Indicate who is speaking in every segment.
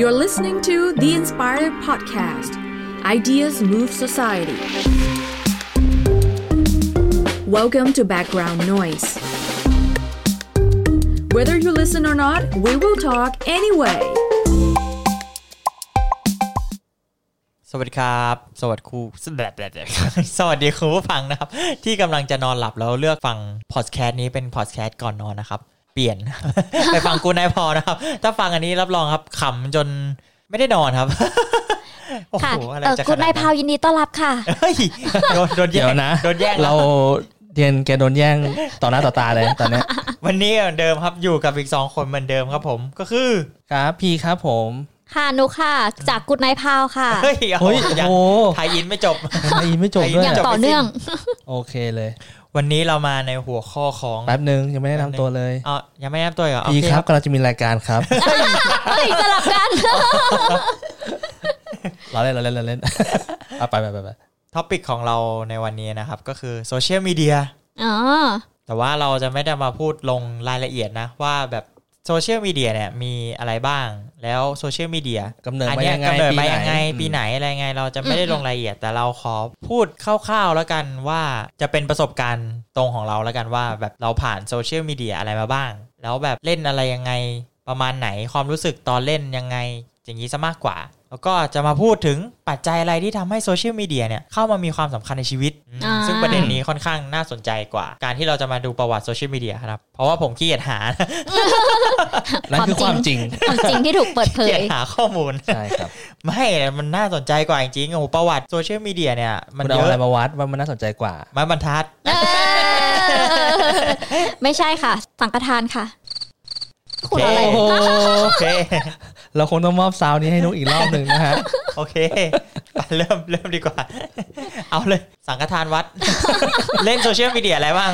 Speaker 1: You're listening to The Inspire Podcast Ideas Move Society. Welcome to Background Noise. Whether you listen or not, we will talk anyway.
Speaker 2: สวัสดีครับ สวัสดีครู แบบแบบแบบสวัสดีครูผู้ฟังนะครับ ที่กำลังจะนอนหลับแล้วเลือกฟังพอดแคสต์นี้เป็นพอดแคสต์ก่อนนอนนะครับ เปลี่ยน ไปฟังกูนายพอนะครับ ถ้าฟังอันนี้รับรองครับขำจนไม่ได้นอนครับ โอ้
Speaker 3: ค่ะ
Speaker 2: โหอะไร
Speaker 3: เอ่อ
Speaker 2: จะ
Speaker 3: คุณนายพาวยินดีต้อนรับค่ะ
Speaker 2: เฮ้ยโดนโดนแย่
Speaker 4: เดี๋ย
Speaker 2: ง
Speaker 4: วนะ
Speaker 2: โดนแย่ง
Speaker 4: เราเดียนแกโดนแย่งต่อหน้าต่อตาเลยตอนเนี้ย
Speaker 2: วันนี้เหมือนเดิมครับอยู่กับอีกสองคนเหมือนเดิมครับผมก็คือ
Speaker 4: ครับพี่ครับผม
Speaker 3: ค่ะนุกค่ะ จากคุณนายพาวค่ะ
Speaker 2: เฮ้ยเอา
Speaker 4: เฮ้ย
Speaker 2: ยัง
Speaker 4: โอ้
Speaker 2: ไทยอินไม่ จบ
Speaker 4: ไอ้ไม่จบด้ว
Speaker 3: อย ย่าง
Speaker 2: จบ
Speaker 3: ต่อเนื่อง
Speaker 4: โอเคเลย
Speaker 2: วันนี้เรามาในหัวข้อของ
Speaker 4: แป๊บนึงยังไม่ได้นำตัวเลย
Speaker 2: อ๋อยังไม่แนบตัวเหรอโอ
Speaker 4: พี่
Speaker 2: เ
Speaker 4: ครับกำลังจะมีรายการ ครับ
Speaker 3: เฮ้ยสลับกัน
Speaker 4: เราเล่นเราเล่นเราเล่น เอาไปไปไปไป
Speaker 2: ท็อปิกของเราในวันนี้นะครับ ก็คือโซเชียลมีเดีย
Speaker 3: อ๋อ
Speaker 2: แต่ว่าเราจะไม่ได้มาพูดลงรายละเอียดนะ ว่าแบบโซเชียลมีเดียเนี่ยมีอะไรบ้างแล้วโซเชียลมีเดีย
Speaker 4: กำเนิด
Speaker 2: อั
Speaker 4: มา
Speaker 2: เนี้ย
Speaker 4: ยังไง
Speaker 2: กำเนิด
Speaker 4: ปี
Speaker 2: มา
Speaker 4: ไหน
Speaker 2: ยังไง ปีไหนอะไรไง เราจะไม่ได้ลงรายละเอียด แต่เราขอพูดคร่าวๆแล้วกันว่าจะเป็นประสบการณ์ตรงของเราแล้วกันว่าแบบเราผ่านโซเชียลมีเดียอะไรมาบ้าง แล้วแบบเล่นอะไรยังไงประมาณไหนความรู้สึกตอนเล่นยังไง อย่างนี้ซะมากกว่า แล้วก็จะมาพูดถึงปัจจัยอะไรที่ทำให้โซเชียลมีเดียเนี่ยเข้ามามีความสำคัญในชีวิตอืม
Speaker 3: อ่า
Speaker 2: ซึ่งประเด็นนี้ค่อนข้างน่าสนใจกว่า การที่เราจะมาดูประวัติโซเชียลมีเดียครับ เพราะว่าผมขี้เกียจหา
Speaker 4: นั่นคือความจริง
Speaker 3: ความจริงที่ถูกเปิดเผ
Speaker 2: ขี้เกีย
Speaker 3: ย
Speaker 2: จหาข้อมูล
Speaker 4: ใช่ครับ
Speaker 2: ไม่มันน่าสนใจกว่าจริงๆโอ้โหประวัติโซเชียลมีเดียเนี่ย มั
Speaker 4: มัน น
Speaker 2: เย
Speaker 4: เอา
Speaker 2: อะ
Speaker 4: อะไรมาวัดว่ามันน่าสนใจกว่า
Speaker 2: ไม้บรรทัด
Speaker 3: เออไม่ใช่ค่ะ สังกทานค่ะ คุณอะไร
Speaker 2: โอเค
Speaker 4: โอ้
Speaker 2: โอเค
Speaker 4: เราคงต้องมอบซาวนี้ให้นุกอีกรอบหนึ่งนะฮะ
Speaker 2: โอเคไปเริ่มเริ่มดีกว่า เอาเลย สังฆทานวัด เล่นโซเชียลมีเดียอะไรบ้าง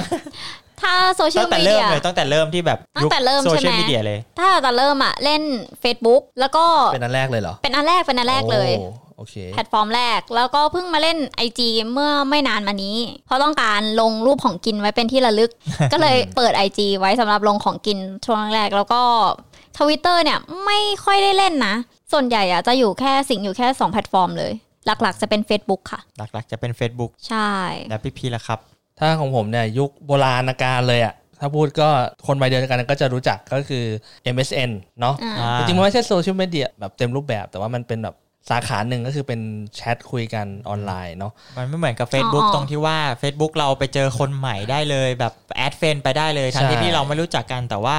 Speaker 3: ถ้าโซเชีย
Speaker 2: ตั้
Speaker 3: ล
Speaker 2: งแต่
Speaker 3: มี
Speaker 2: เริ่
Speaker 3: เดี
Speaker 2: ม
Speaker 3: ย
Speaker 2: เลยตั้งแต่เริ่มที่แบบ
Speaker 3: ตั้งแต่เริ่ม
Speaker 2: โซ
Speaker 3: ใช่ไหม
Speaker 2: เชียลมีเดียเลย
Speaker 3: ถ้าแต่เริ่มอะเล่น Facebook แล้วก็
Speaker 4: เป็นอันแรกเลยเหรอ
Speaker 3: เป็นอันแรกเป็นอันแรกเลย
Speaker 4: โอ้โอเค
Speaker 3: แพลตฟอร์มแรก แล้วก็เพิ่งมาเล่น IG เมื่อไม่นานมานี้ เพราะต้องการลงรูปของกินไว้เป็นที่ระลึ ก ก็เลยเปิด IG ไว้สำหรับลงของกินช่วงแรกๆแล้วก็ทวิตเตอร์เนี่ยไม่ค่อยได้เล่นนะ ส่วนใหญ่อะจะอยู่แค่สิงอยู่แค่ 2 แพลตฟอร์มเลย หลักๆจะเป็น Facebook ค่ะ
Speaker 2: หลักๆจะเป็น Facebook
Speaker 3: ใช่
Speaker 2: แล้วพี่พีละครับ
Speaker 4: ถ้าของผมเนี่ยยุคโบราณกาลเลยอะถ้าพูดก็คนวัยเดียวกันก็จะรู้จักก็คือ MSN เนาะ
Speaker 3: อ่า
Speaker 2: อ่า
Speaker 4: จริงๆมันไม่ใช่โซเชียลมีเดียแบบเต็มรูปแบบแต่ว่ามันเป็นแบบสาขาหนึ่งก็คือเป็นแชทคุยกันออนไลน์เนาะ
Speaker 2: มันไม่เหมือนกับ Facebook
Speaker 3: อ๋อ
Speaker 2: ตรงที่ว่า Facebook เราไปเจอคนใหม่ได้เลยแบบแอดเฟนไปได้เลยทั้งที่ที่เราไม่รู้จักกันแต่ว่า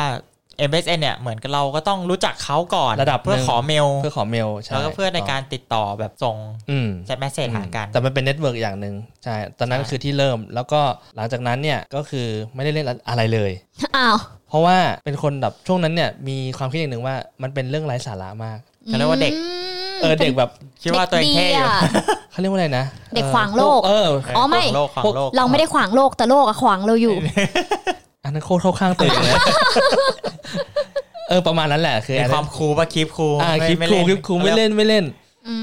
Speaker 2: MSN เนี่ยเหมือนกับเราก็ต้องรู้จักเขาก่อน
Speaker 4: ระดับ
Speaker 2: เพื่อ
Speaker 4: หนึ่ง
Speaker 2: ขอเมล
Speaker 4: เพื่อขอเมลใช่
Speaker 2: แล้วก็เพื่อในการติดต่อแบบส่ง
Speaker 4: อืม
Speaker 2: แชทแมสเซจหากัน
Speaker 4: แต่มันเป็นเน็ตเวิร์กอย่างหนึ่งใช่ตอนนั้น
Speaker 2: ใช่
Speaker 4: ก็คือที่เริ่มแล้วก็หลังจากนั้นเนี่ยก็คือไม่ได้เล่นอะไรเลย
Speaker 3: อ้าว
Speaker 4: เพราะว่าเป็นคนแบบช่วงนั้นเนี่ยมีความคิดอย่างหนึ่งว่ามันเป็นเรื่องไร้สาระมาก
Speaker 2: เขาเรียกว่าเด็ก
Speaker 3: ม
Speaker 4: เออเด็กแบบ
Speaker 2: คิดว่าตัวเองเท่อยู่
Speaker 3: ด็กดีอะ
Speaker 4: เขาเรียกว่าอะไรนะ
Speaker 3: เด็กขวางโลก
Speaker 4: เออ
Speaker 2: เออ
Speaker 3: อ๋อไม่
Speaker 2: ขวางโลกขวางโลก
Speaker 3: เราไม่ได้ขวางโลกแต่โลกอะขวางเราอยู่
Speaker 4: อันนั้นโคตรเข้าข้างตัวเองเลย เออประมาณนั้นแหละคือ
Speaker 2: ใน
Speaker 4: อัน
Speaker 2: ค
Speaker 4: นั้
Speaker 2: วานมคูลป่ะคลิปคูล
Speaker 4: อ่า
Speaker 2: ไม่
Speaker 4: คลิป
Speaker 2: ไม่
Speaker 4: ครู
Speaker 2: เล่น
Speaker 4: คลิปครูไม่เล่นไม่เล่น
Speaker 3: อื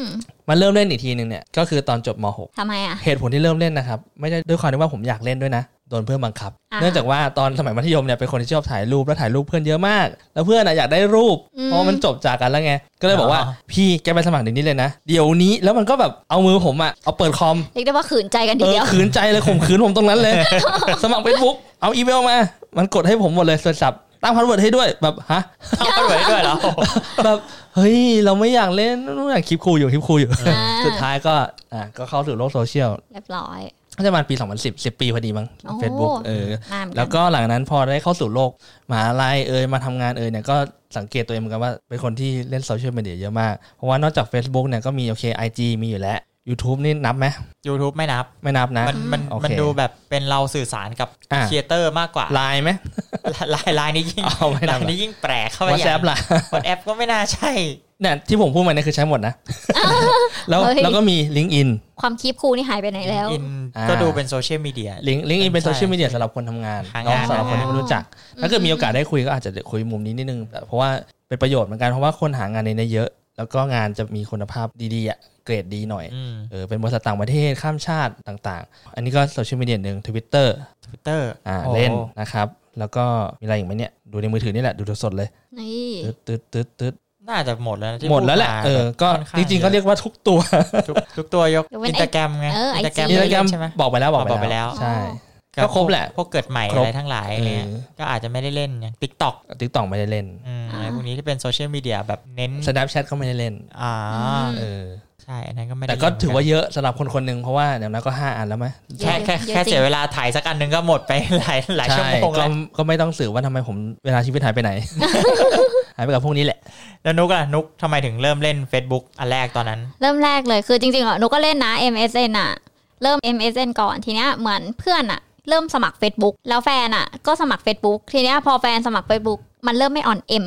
Speaker 3: ม
Speaker 4: มาเริ่มเล่นอีกทีหนึ่งเนี่ยก็คือตอนจบม
Speaker 3: ทำไมอะ
Speaker 4: .6 เหตุผลที่เริ่มเล่นนะครับ ไม่ได้ด้วยความที่ว่าผมอยากเล่นด้วยนะ โดนเพื่อนบังคับ
Speaker 3: อ่า
Speaker 4: เนื่องจากว่าตอนสมัยมัธยมเนี่ยเป็นคนที่ชอบถ่ายรูปแล้วถ่ายรูปเพื่อนเยอะมาก แล้วเพื่อนอะอยากได้รูป
Speaker 3: อืม
Speaker 4: เพราะมันจบจากกันแล้วไง ก็เลยบอกว่าพี่แกไปสมัครเดี๋ยวนี้เลยนะ เดี๋ยวนี้แล้วมันก็แบบเอามือผมอะเอาเปิดคอม
Speaker 3: เรียกได้ว่าขืนใจกันที
Speaker 4: เออ
Speaker 3: เดียว
Speaker 4: ขืนใจเลยข่มขืนผมตรงนั้นเลย สมัครเฟซบุ๊กเอาอีเมลมา มันกดให้ผมหมดเลยโทรศัพท์ตั้งพาสเวิร์ดให้ด้วยแบบฮะ
Speaker 2: เอาเข้าไปด้วยเหรอ
Speaker 4: แบบเฮ้ยเราไม่อยากเล่นนู่นอยากคลิปครูอยู่คลิปครูอยู่ สุดท้ายก็อ่ะก็เข้าสู่โลกโซเชียล
Speaker 3: เรียบร้อย
Speaker 4: น่าจะประมาณปี 2010 10 ปีพอดีมั้ง
Speaker 3: โอ้
Speaker 4: Facebook เออ
Speaker 3: นานเหมือนน
Speaker 4: แล้วก็หลังนั้นพอได้เข้าสู่โลกมหาลัยเอยมาทำงานเอยเนี่ยก็สังเกตตัวเองเหมือนกันว่า เป็นคนที่เล่นโซเชียลมีเดียเยอะมาก เพราะว่านอกจาก Facebook เนี่ยก็มีโอเค IG มีอยู่แล้ว YouTube นี่นับไหม
Speaker 2: YouTube ไม่นับ
Speaker 4: ไม่นับนะ
Speaker 2: มันมัน
Speaker 4: โอเค
Speaker 2: มันดูแบบเป็นเราสื่อสารกับ
Speaker 4: อ่ะ
Speaker 2: ครีเอเตอร์มากกว่า
Speaker 4: ไลน์ไหม
Speaker 2: ลายลายนี้ยิ่ง
Speaker 4: เอาไม่นั
Speaker 2: ลา
Speaker 4: บ
Speaker 2: ยนี้ยิ่งแปลกเข้าไป
Speaker 4: วอท
Speaker 2: ให
Speaker 4: แซ
Speaker 2: ญ่
Speaker 4: ปล่ะ
Speaker 2: กดแอปก็ไม่น่าใช่
Speaker 4: เนี่ยที่ผมพูดมาเนี่ยคือใช้หมด นะ แล้ว
Speaker 3: เฮ้ย
Speaker 4: แล้วก็มี LinkedIn
Speaker 3: ความคีบครูนี่หายไปไหนแล้ว
Speaker 2: อิน
Speaker 4: อ่า
Speaker 2: ก็ดูเป็นโซเชียลมีเดีย
Speaker 4: ลิงก์ลิงก์อินเป็น
Speaker 2: ใช่
Speaker 4: โซเชียลมีเดียสำหรับคนทำงาน
Speaker 2: หางาน
Speaker 4: เนาะสำหรับคน
Speaker 2: หางาน
Speaker 4: ที่ไม่รู้จัก ถ้าเกิดมีโอกาสได้คุยก็อาจจะคุยมุมนี้นิดนึงแต่เพราะว่าเป็นประโยชน์เหมือนกัน เพราะว่าคนหางานในนี้เยอะ แล้วก็งานจะมีคุณภาพดีๆอะเกรดดีหน่อยเออเป็นบริษัทต่างประเทศข้ามชาติต่างๆ อันนี้ก็โซเชียลมีเดียหนึ่งทวิตเตอร์
Speaker 2: ทวิตเตอร์
Speaker 4: อ่าเล่นนะครับ แล้วก็มีอะไรอีกไหมเนี่ย ดูในมือถือนี่แหละ ดูสดๆเลย
Speaker 3: นี่
Speaker 4: ตึ๊ดตึ๊ดตึ๊ดตึ๊ด
Speaker 2: น่าจะหมดแล้วนะที่
Speaker 4: หมดแล้วแหละ
Speaker 2: พูา
Speaker 4: เออก็
Speaker 2: ค่อนข้
Speaker 4: จริง ๆ ก็เรียกว่าทุกตัว
Speaker 2: ทุกทุกตัวยก
Speaker 3: ยกเว้น
Speaker 2: อินสตาแกรมไง
Speaker 3: เออ
Speaker 2: น
Speaker 3: IG
Speaker 2: สตาแกรม
Speaker 4: อินสตาแกรม
Speaker 2: ใช่ไหม
Speaker 4: บอกไปแล้วบอก
Speaker 2: บอกไป
Speaker 4: ไป
Speaker 2: แล้
Speaker 4: แล้ว ว ใช่
Speaker 2: กั
Speaker 4: ก็ครบแหละ
Speaker 2: พวกเกิดใหม่
Speaker 4: ครบ
Speaker 2: อะไรทั้งหลายอะไรเงี้ย
Speaker 4: เออ
Speaker 2: ก็อาจจะไม่ได้เล่นอย่างติ๊กต็อก
Speaker 4: ติ๊กต็อกไม่ได้เล่น
Speaker 2: อะไรพวกนี้ที่เป็นโซเชียลมีเดียแบบเน้น
Speaker 4: Snapchat ก็ไม่ได้เล่น
Speaker 2: อ่า
Speaker 3: อืม
Speaker 4: เออ
Speaker 2: ใช่อันนั้นก็ไม่ได้
Speaker 4: แต่ก็
Speaker 2: เล่นเหมืนน
Speaker 4: ถือว่าเยอะสำหรับคนคนหนึ่งเพราะว่าอย่างน้อยก็ห้าอันแล้วไหม
Speaker 2: แค่แค่
Speaker 3: เยอะ
Speaker 2: แค่
Speaker 3: จริง
Speaker 2: เสียเวลาถ่ายสักอันหนึ่งก็หมดไปหลาย หลายชั่วโมง
Speaker 4: ก็
Speaker 2: แล้ว
Speaker 4: ก็ไม่ต้องสืบว่าทำไมผมเวลาชีวิตหายไปไหน หายไปกับพวกนี้แหละ
Speaker 2: แล้วนุกล่ะนุกทำไมถึงเริ่มเล่น Facebook อันแรกตอนนั้น
Speaker 3: เริ่มแรกเลยคือจริงๆอ่ะหนูก็เล่นนะ MSN อ่ะ เริ่ม MSN ก่อนทีเนี้ยเหมือนเพื่อนอ่ะ เริ่มสมัคร Facebook แล้วแฟนอ่ะ ก็สมัคร Facebook ทีเนี้ยพอแฟนสมัคร Facebook มันเริ่มไม่ออนเอ็ ม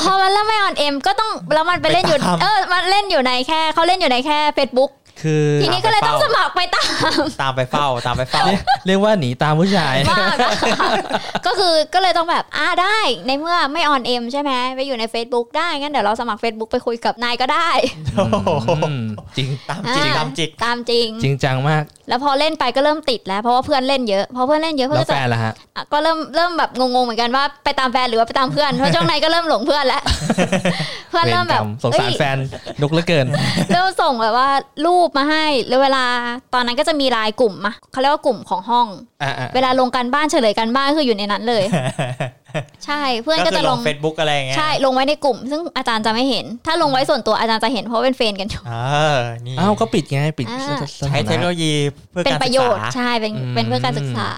Speaker 3: พอมันเริ่มไม่ออนเอ็มก็ต้องแล้วมันไปเล่นอยู่
Speaker 2: ไปตาม
Speaker 3: เออมันเล่นอยู่ในแค่เขาเล่นอยู่ในแค่ Facebook
Speaker 4: คือ
Speaker 3: ทีนี้ก็เลยต้องสมัครไปตาม
Speaker 2: ตามไปเฝ้า ตามไปเฝ้า
Speaker 4: เรียกว่าหนีตามผู้ชาย
Speaker 3: มาก ก็คือก็เลยต้องแบบอ่าได้ในเมื่อไม่ออนเอ็มใช่ไหมไปอยู่ใน Facebook ได้งั้นเดี๋ยวเราสมัคร Facebook ไปคุยกับนายก็ได้
Speaker 2: โอ้โห
Speaker 4: อืมจริง
Speaker 2: ตามจิก
Speaker 3: อ่า
Speaker 2: ตามจิก
Speaker 3: ตามจริง
Speaker 4: จริงจังมาก
Speaker 3: แล้วพอเล่นไปก็เริ่มติดแล้วเพราะว่าเพื่อนเล่นเยอะพอเพื่อนเล่นเยอะเพื่อน
Speaker 4: แล้ว
Speaker 3: ก็
Speaker 4: แฟ
Speaker 3: จะ
Speaker 4: นล่ะฮะ
Speaker 3: อ่ะก็เริ่มเริ่มแบบงงๆเหมือนกันว่าไปตามแฟนหรือว่าไปตามเพื่อน เพราะช่วงในก็เริ่มหลงเพื่อน แล้ว เพื่อน
Speaker 4: เวร
Speaker 3: เริ่ม
Speaker 4: ก
Speaker 3: แบ
Speaker 4: ร
Speaker 3: บ
Speaker 4: รมสงสาร
Speaker 3: เอ้ย
Speaker 4: แฟนนุกเหลือเกิน
Speaker 3: เริ่มส่งแบบว่ารูปมาให้แล้วเวลาตอนนั้นก็จะมีไลายกลุ่มมาเขาเรียกว่ากลุ่มของห้อง
Speaker 4: อ่ะอ่ะ
Speaker 3: เวลาลงการบ้านเฉลยการบ้านคืออยู่ในนั้นเลย ใช่เพื่อน
Speaker 2: ก็
Speaker 3: ก็
Speaker 2: คื
Speaker 3: จะ
Speaker 2: อล
Speaker 3: ล
Speaker 2: ง
Speaker 3: ง
Speaker 2: Facebook อะไรอย่างเงี้ย
Speaker 3: ใช่ลงไว้ในกลุ่ม ซึ่งอาจารย์จะไม่เห็น ถ้าลงไว้ส่วนตัวอาจารย์จะเห็นเพราะเป็นเฟรนกันอยู่
Speaker 2: เออนี่
Speaker 4: อ้าวก็ปิดไงปิด
Speaker 3: อ่า
Speaker 4: สถานะ
Speaker 2: ใช้เทคโนโลยีเพื่อ
Speaker 3: เป็น
Speaker 2: การ
Speaker 3: ป
Speaker 2: ศึก
Speaker 3: ระโยชน์
Speaker 2: ษา
Speaker 3: ใช่เป็นเป็นเพื่อการศึกษา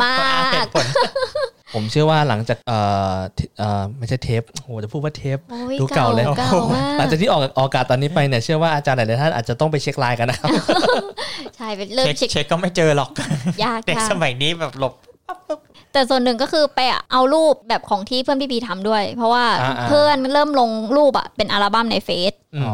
Speaker 3: มา
Speaker 2: ก็อ้างเห
Speaker 3: ก
Speaker 2: ตุผล
Speaker 4: ผมเชื่อว่าหลังจากเอ่อทิเอ่อไม่ใช่เทปโอ้โหจะพูดว่าเทป
Speaker 3: โอ้ย
Speaker 4: ดูเก่าเลย
Speaker 3: เก่ามาก
Speaker 4: หลังจากที่ออกออกอากาศตอนนี้ไปเนี่ยเชื่อว่าอาจารย์หลายๆท่านอาจจะต้องไปเช็คไลน์กันนะครับ
Speaker 3: ใช่เป็นเริ่ม
Speaker 2: เช็ค
Speaker 3: เช็ค
Speaker 2: เช็คก็ไม่เจอหรอก
Speaker 3: ยาก
Speaker 2: เด็ก
Speaker 3: ค่ะ
Speaker 2: สมัยนี้แบบหลบ
Speaker 3: แต่ส่วนหนึ่งก็คือไปเอารูปแบบของที่เพื่อนพี่พีทำด้วย เพราะว่า
Speaker 4: อ่าๆ
Speaker 3: เพื่อนเริ่มลงรูปอ่ะเป็นอัลบั้มในเฟซ
Speaker 4: ม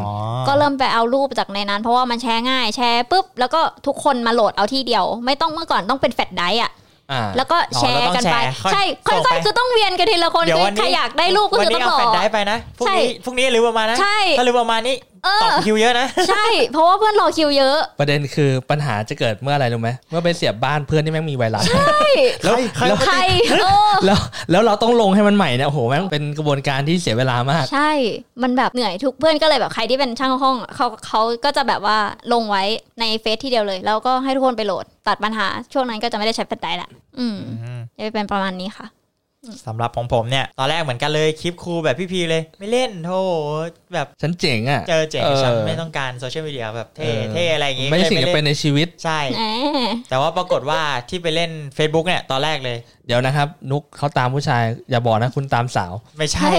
Speaker 3: ก็เริ่มไปเอารูปจากในนั้น เพราะว่ามันแชร์ง่ายแชร์ปุ๊บแล้วก็ทุกคนมาโหลดเอาที่เดียว ไม่ต้องเมื่อก่อนต้องเป็นแฟลชไดรฟ์อ่ะ
Speaker 4: อ่า
Speaker 3: แล้วก็แชร์กันไป
Speaker 2: อ๋อแล้วต้องแชร์
Speaker 3: ใช่
Speaker 2: ค่
Speaker 3: ค่
Speaker 2: อย
Speaker 3: อย
Speaker 2: ๆ
Speaker 3: ๆคือต้องเวียนกันทีละคน
Speaker 2: เดี๋ยว
Speaker 3: คื
Speaker 2: วั
Speaker 3: อน
Speaker 2: นี้
Speaker 3: ใครอยากได้รูปก็
Speaker 2: วัน
Speaker 3: คือ
Speaker 2: นี้
Speaker 3: ต้อง
Speaker 2: เอา
Speaker 3: รอ
Speaker 2: แฟนได้ไปนะพรุ่งนี้
Speaker 3: ใช่
Speaker 2: พรุ่งนี้หรือประมาณนะ
Speaker 3: ใช่
Speaker 2: ถ้าหรือประมาณนี้
Speaker 3: เอ
Speaker 2: ต่อ
Speaker 3: อ
Speaker 2: คิวเยอะนะ
Speaker 3: ใช่ เพราะว่าเพื่อนรอคิวเยอะ
Speaker 4: ประเด็นคือปัญหาจะเกิดเมื่ออะไรรู้ไหมเมื่อไปเสียบบ้านเพื่อนที่แม่งมีไวรัส
Speaker 3: ใช่
Speaker 2: แล้วแล้ว
Speaker 3: ใครเออ
Speaker 4: แล้วแล้วเราต้องลงให้มันใหม่เนี่ยโอ้โหแม่งเป็นกระบวนการที่เสียเวลามาก
Speaker 3: ใช่ มันแบบเหนื่อยทุกเพื่อนก็เลยแบบใครที่เป็นช่างห้องเขาเขาก็จะแบบว่าลงไว้ในเฟซที่เดียวเลย แล้วก็ให้ทุกคนไปโหลดตัดปัญหา ช่วงนั้นก็จะไม่ได้ใช้แฟลชไดรฟ์ละอืม
Speaker 2: อืม
Speaker 3: จะเป็นประมาณนี้ค่ะ
Speaker 2: สำหรับของผมเนี่ย ตอนแรกเหมือนกันเลยคลิปครูแบบพี่พีเลย ไม่เล่นโธ่แบบ
Speaker 4: ฉันเจ๋งอ่ะ
Speaker 2: เจอเจ๋ง
Speaker 4: ออ
Speaker 2: ฉันไม่ต้องการโซเชียลมีเดียแบบเท่
Speaker 4: ออ
Speaker 2: เท่อะไรอย่างงี้
Speaker 4: ไม่ใช่สิ่ง
Speaker 2: ก็ลย
Speaker 4: จำเป็นในชีวิต
Speaker 2: ใช่
Speaker 3: แหม
Speaker 2: แต่ว่าปรากฏว่าที่ไปเล่น Facebook เนี่ย ตอนแรกเลย
Speaker 4: เดี๋ยวนะครับ นุกเขาตามผู้ชายอย่าบอกนะคุณตามสาว
Speaker 2: ไม่ใช่
Speaker 3: ใช่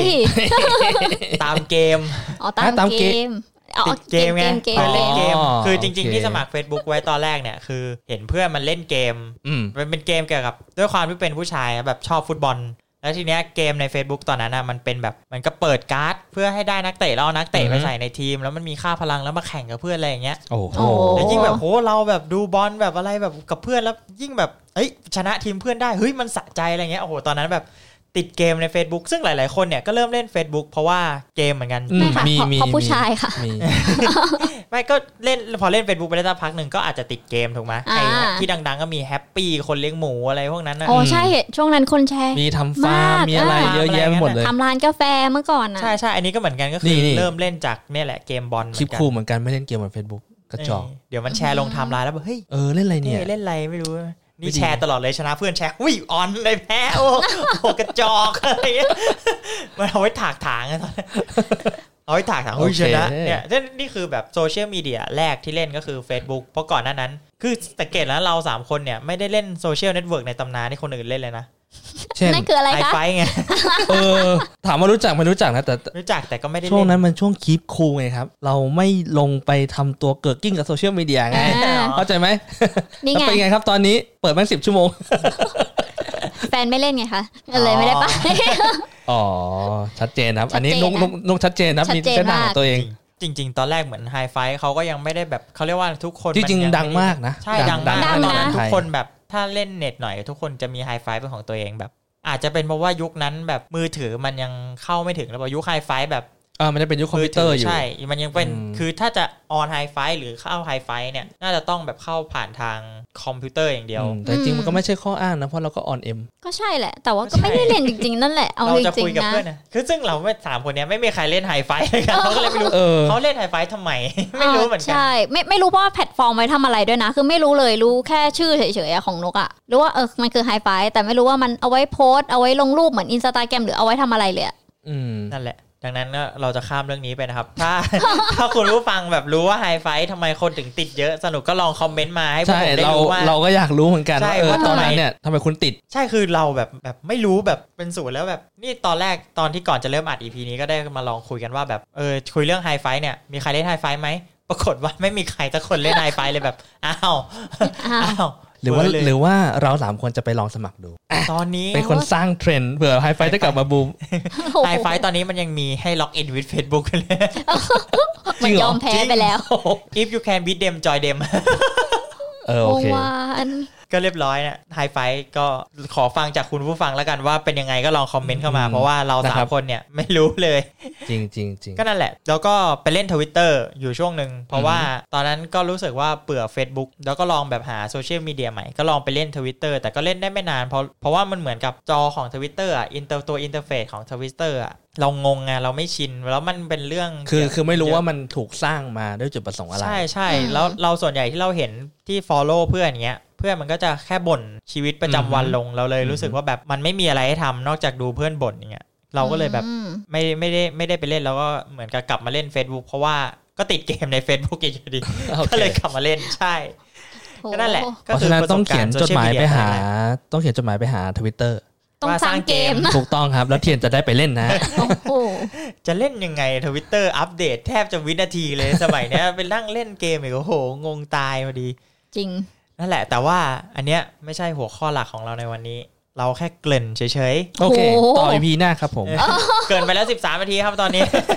Speaker 2: ตามเกม
Speaker 3: อ๋อตาม
Speaker 4: ตามเก
Speaker 3: เก
Speaker 4: ม
Speaker 3: มอ๋อ
Speaker 2: ติดเกมไง
Speaker 3: เกม
Speaker 2: เพื่อนเล่นเกม
Speaker 4: อ๋อ
Speaker 2: คือจริง
Speaker 4: โอ
Speaker 2: ๆ
Speaker 4: เค
Speaker 2: ที่สมัคร Facebook ไว้ตอนแรกเนี่ยคือ เห็นเพื่อนมันเล่นเกม
Speaker 4: อืม
Speaker 2: มันเป็นเกมเกี่ยวกับด้วยความที่เป็นผู้ชายอะแบบชอบฟุตบอล แล้วทีเนี้ยเกมใน Facebook ตอนนั้นนะมันเป็นแบบมันก็เปิดการ์ด เพื่อให้ได้นักเตะแล้วเอานักเตะ
Speaker 4: อือฮึ
Speaker 2: ไปใส่ในทีม แล้วมันมีค่าพลังแล้วมาแข่งกับเพื่อนอะไรอย่างเงี้ย
Speaker 4: โอ้โห
Speaker 2: แล้วยิ่งแบบโหเราแบบดูบอลแบบอะไรแบบกับเพื่อนแล้วยิ่งแบบเอ้ยชนะทีมเพื่อนได้เฮ้ยมันสะใจอะไรเงี้ยโอ้โหตอนนั้นแบบติดเกมใน Facebook ซึ่งหลาย ๆคนเนี่ยก็เริ่มเล่น Facebook เพราะว่าเกมเหมือนกัน
Speaker 4: อื
Speaker 3: ไม่ค่ะ
Speaker 4: มี
Speaker 3: เพราะ
Speaker 4: มี
Speaker 3: เพราะผู้
Speaker 4: มี
Speaker 3: ชายค่ะ
Speaker 4: มี
Speaker 2: ไม่ก็เล่นพอเล่น Facebook ไปได้สักพักหนึ่งก็อาจจะติดเกมถูกไหมไอ้
Speaker 3: อ่า
Speaker 2: ที่ดัง ๆ ก็มีแฮปปี้คนเลี้ยงหมูอะไรพวกนั้นนะ
Speaker 3: โอ้
Speaker 4: อืม
Speaker 3: ใช่เหตุช่วงนั้นคนแชร์
Speaker 4: มีทำฟาร์ม
Speaker 3: มาก
Speaker 4: มีอะไร
Speaker 2: อ่ะ
Speaker 4: เยอะแยะไปหมดเลย
Speaker 3: ทำร้านกาแฟเมื่อก่อนนะ
Speaker 2: ใช่ใช่อันนี้ก็เหมือนกันก็คื
Speaker 4: นี่
Speaker 2: อ
Speaker 4: นี่
Speaker 2: เริ่มเล่นจากเนี่ยแหละเกมบอลเหมื
Speaker 4: คลิป
Speaker 2: อนกัน
Speaker 4: คู่เหมือนกันไม่เล่นเกมบนเฟซบุ๊กกระจอก
Speaker 2: เออเดี๋ยวมันแชร์ลงไทม์ไลน์แล้วแบบเฮ้ย
Speaker 4: เออเล่นอะไร
Speaker 2: เนี่
Speaker 4: เนี่ย ย
Speaker 2: เล่นอะไรไม่รู้
Speaker 4: ไม่
Speaker 2: นี่
Speaker 4: ดี
Speaker 2: แชร์ตลอดเลยชนะเพื่อนแชร์อุ้ยออนเลยแพ้โอ้โห โอ้กระจอกอะไรเงี้ยมันเอาไว้ถากถางอะตอนนั้นเอาไว้ถากถางอุ้ยชนะเนี่ยนี่นี่คือแบบโซเชียลมีเดียแรกที่เล่นก็คือ Facebook เพราะก่อนหน้านั้น คือสังเกตแล้วเราสามคนเนี่ยไม่ได้เล่นโซเชียลเน็ตเวิร์กในตำนานที่คนอื่นเล่นเลยนะ
Speaker 4: เช่น
Speaker 3: นั่นคืออะไร
Speaker 2: ไอ
Speaker 3: คะ
Speaker 2: ไฟไง
Speaker 4: เออถามว่ารู้จักไม่รู้จักนะแต่แต่
Speaker 2: รู้จักแต่ก็ไม่ได้
Speaker 4: ช่ว
Speaker 2: เล่
Speaker 4: ง
Speaker 2: น
Speaker 4: นั้นมันช่วงคลิปคูลไงครับ เราไม่ลงไปทำตัวเกิดกิ้งกับโซเชียลมีเดียไง
Speaker 3: อ่า
Speaker 4: เข้าใจไหม
Speaker 3: นี่
Speaker 4: แล้
Speaker 3: ไง
Speaker 4: วเป็นไงครับตอนนี้เปิดแม่งสิบชั่วโมง
Speaker 3: แฟนไม่เล่นไงคะเลยไม่ได้ไป
Speaker 4: อ๋อ ชัดเจนครับ อันนี้
Speaker 3: ชัดเจน
Speaker 4: นุก
Speaker 3: นะ
Speaker 4: นุกนุกชัดเจนครับ
Speaker 3: ชั
Speaker 4: มี
Speaker 3: ดเจน
Speaker 4: เส้นทางข
Speaker 3: มา
Speaker 4: อก งตัวเอง
Speaker 2: จริงๆจริง ๆ ตอนแรกเหมือนไฮไฟเขาก็ยังไม่ได้แบบเขาเรียกว่าทุกคน
Speaker 4: จริง
Speaker 2: นยั
Speaker 4: ๆดังมากนะ
Speaker 2: ใช่ดังมาก
Speaker 3: ดัง
Speaker 2: ตอนนั้น
Speaker 3: นะ
Speaker 2: ทุกคนแบบถ้าเล่นเน็ตหน่อย ทุกคนจะมีไฮไฟเป็นของตัวเองแบบ อาจจะเป็นเพราะว่ายุคนั้นแบบมือถือมันยังเข้าไม่ถึงแล้วพอยุคไฮไฟแบบ
Speaker 4: อ่ามันจะเป็นยุคคอมพิวเตอร์อยู่
Speaker 2: ใช่ มันยังเป็น
Speaker 4: อืม
Speaker 2: คือถ้าจะออนไฮไฟหรือเข้าไฮไฟเนี่ย น่าจะต้องแบบเข้าผ่านทางคอมพิวเตอร์อย่างเดียว
Speaker 4: อืมแต่จริงๆมันก็ไม่ใช่ข้ออ้างนะเพราะเราก็ออนเอ็ม
Speaker 3: ก็ใช่แหละ แต่ว่าก็
Speaker 2: ก็ใช่
Speaker 3: ไม่ได้เรียนจริง ๆ นั่ นแหละ เอา
Speaker 2: เรา
Speaker 3: จ
Speaker 2: จะ
Speaker 3: ริง
Speaker 2: คุยกับ
Speaker 3: ๆนะ
Speaker 2: เพื่อนนะคือซึ่งเราไม่สามคนเนี้ยไม่มีใครเล่นไฮไฟ เลยกันเขาก็เลยไม่รู้
Speaker 4: เออ
Speaker 2: เขาเล่นไฮไฟทำไม ไม่รู้เหมือนกัน
Speaker 3: ใช่ไม่ไม่รู้ว่าแพลตฟอร์มไว้ทำอะไรด้วยนะ คือไม่รู้เลยรู้แค่ชื่อเฉยๆอะของนกอะรู้ว่าเออมันคือไฮไฟแต่ไม่รู้ว่ามันเอาไว้โพสต์เอาไว้ลงรูปเหมือนอินสตาแกรมหรือเอาไว้ทำอะไรเลยอะ
Speaker 4: อืม
Speaker 2: นั่นแหละ ดังนั้นก็เราจะข้ามเรื่องนี้ไปนะครับ ถ้า ถ้าคุณผู้ฟังแบบรู้ว่าไฮไฟทำไมคนถึงติดเยอะสนุกก็ลองคอมเมนต์มาให้พวก
Speaker 4: ใช่
Speaker 2: ผมได้
Speaker 4: เรา
Speaker 2: รู้ว่า
Speaker 4: เราก็อยากรู้เหมือนกัน
Speaker 2: ใช่
Speaker 4: ว่าเออ
Speaker 2: ว่า
Speaker 4: ตอน
Speaker 2: ทำ
Speaker 4: นั้น
Speaker 2: ไม
Speaker 4: เนี่ยทำไมคุณติด
Speaker 2: ใช่คือเราแบบแบบไม่รู้แบบเป็นศูนย์แล้วแบบนี่ตอนแรกตอนที่ก่อนจะเริ่มอัด EP นี้ก็ได้มาลองคุยกันว่าแบบเออคุยเรื่องไฮไฟเนี่ยมีใครเล่นไฮไฟไหมปรากฏว่าไม่มีใครสักคนเล่นไฮไฟเลยแบบ อ้าว
Speaker 3: อ่ะ
Speaker 2: อ้าว
Speaker 4: หรือว่า
Speaker 2: เบื่เลย
Speaker 4: หรือว่าเราสามคนจะไปลองสมัครดู
Speaker 2: ตอนนี้
Speaker 4: เป็นคนสร้างเทรนด์เผื่อไฮไฟจะกลับมาบูม
Speaker 3: โอ้โห
Speaker 2: ไฮไฟตอนนี้มันยังมีให้ล็อกอินวิดเฟซบุ๊กเลย
Speaker 3: เหมือนยอมแพ้
Speaker 2: จริง
Speaker 3: ไปแล้ว
Speaker 2: if you can beat them join them
Speaker 4: เออโอเค
Speaker 3: วงวาน
Speaker 2: ก็เรียบร้อยนะไฮไฟก็ขอฟังจากคุณผู้ฟังแล้วกันว่าเป็นยังไงก็ลองคอมเมนต์เข้ามา
Speaker 4: อืม
Speaker 2: เพราะว่าเราสา
Speaker 4: นะครั
Speaker 2: ม
Speaker 4: บ
Speaker 2: คนเนี่ยไม่รู้เลย
Speaker 4: จริงจริงจริง
Speaker 2: ก็นั่นแหละ แล้วก็ไปเล่นทวิตเตอร์อยู่ช่วงหนึ่ง เพ
Speaker 4: อื
Speaker 2: ราะ
Speaker 4: อฮึ
Speaker 2: ว่าตอนนั้นก็รู้สึกว่าเปื่อ Facebook แล้วก็ลองแบบหาโซเชียลมีเดียใหม่ ก็ลองไปเล่นทวิตเตอร์แต่ก็เล่นได้ไม่นานเพราะเพราะว่ามันเหมือนกับจอของทวิตเตอร์อ่ะอินเตอร์ตัวอินเทอร์เฟซของทวิตเตอร์อ่ะเรางงไงเราไม่ชิน แล้วมันเป็นเรื่อง
Speaker 4: คือ
Speaker 2: เกี่ยว
Speaker 4: คือไม่รู้ว่ามันถูกสร้างมาด้วยจุดประสงค์อะไร
Speaker 2: ใช่ใช่แล้วเราส่วนใหญ่ที่เราเห็นที่ follow เพื่อนเงี้ยเพื่อนมันก็จะแค่บ่นชีวิตประจำวันลงเราเลยรู้สึกว่าแบบมันไม่มีอะไรให้ทำนอกจากดูเพื่อนบ่นอย่างเงี้ยเราก็เลยแบบ
Speaker 3: อืม
Speaker 2: ไม่ไม่ได้ไม่ได้ไปเล่นแล้วก็เหมือนกับกลับมาเล่น Facebook เพราะว่าก็ติดเกมใน Facebook อีกอยู่ดี
Speaker 4: โอเค
Speaker 2: ก็เลยกลับมาเล่นใช่
Speaker 3: โอ้
Speaker 2: ก็นั่นแหละ
Speaker 4: เพราะฉะนั้นต้องเขียนจดหมายไปหา ต้องเขียนจดหมายไปหาทวิตเตอร์
Speaker 3: ต้องสร้างเกมนะ
Speaker 4: ถูกต้องครับ แล้วเทียนจะได้ไปเล่นนะ
Speaker 3: โอ้โห
Speaker 2: จะเล่นยังไงทวิตเตอร์อัปเดตแทบจะวินาทีเลย สมัยเนี้ย เป็นนั่งเล่นเกมอีกโอ้โห งงตายพอดี
Speaker 3: จริง
Speaker 2: นั่นแหละ แต่ว่าอันเนี้ยไม่ใช่หัวข้อหลักของเราในวันนี้ เราแค่เกริ่นเฉย
Speaker 4: โอเค
Speaker 3: โอ้โห
Speaker 4: ต่อ EP หน้าครับผม
Speaker 2: ๆ เกรินไปแล้ว 13นาทีครับตอนนี้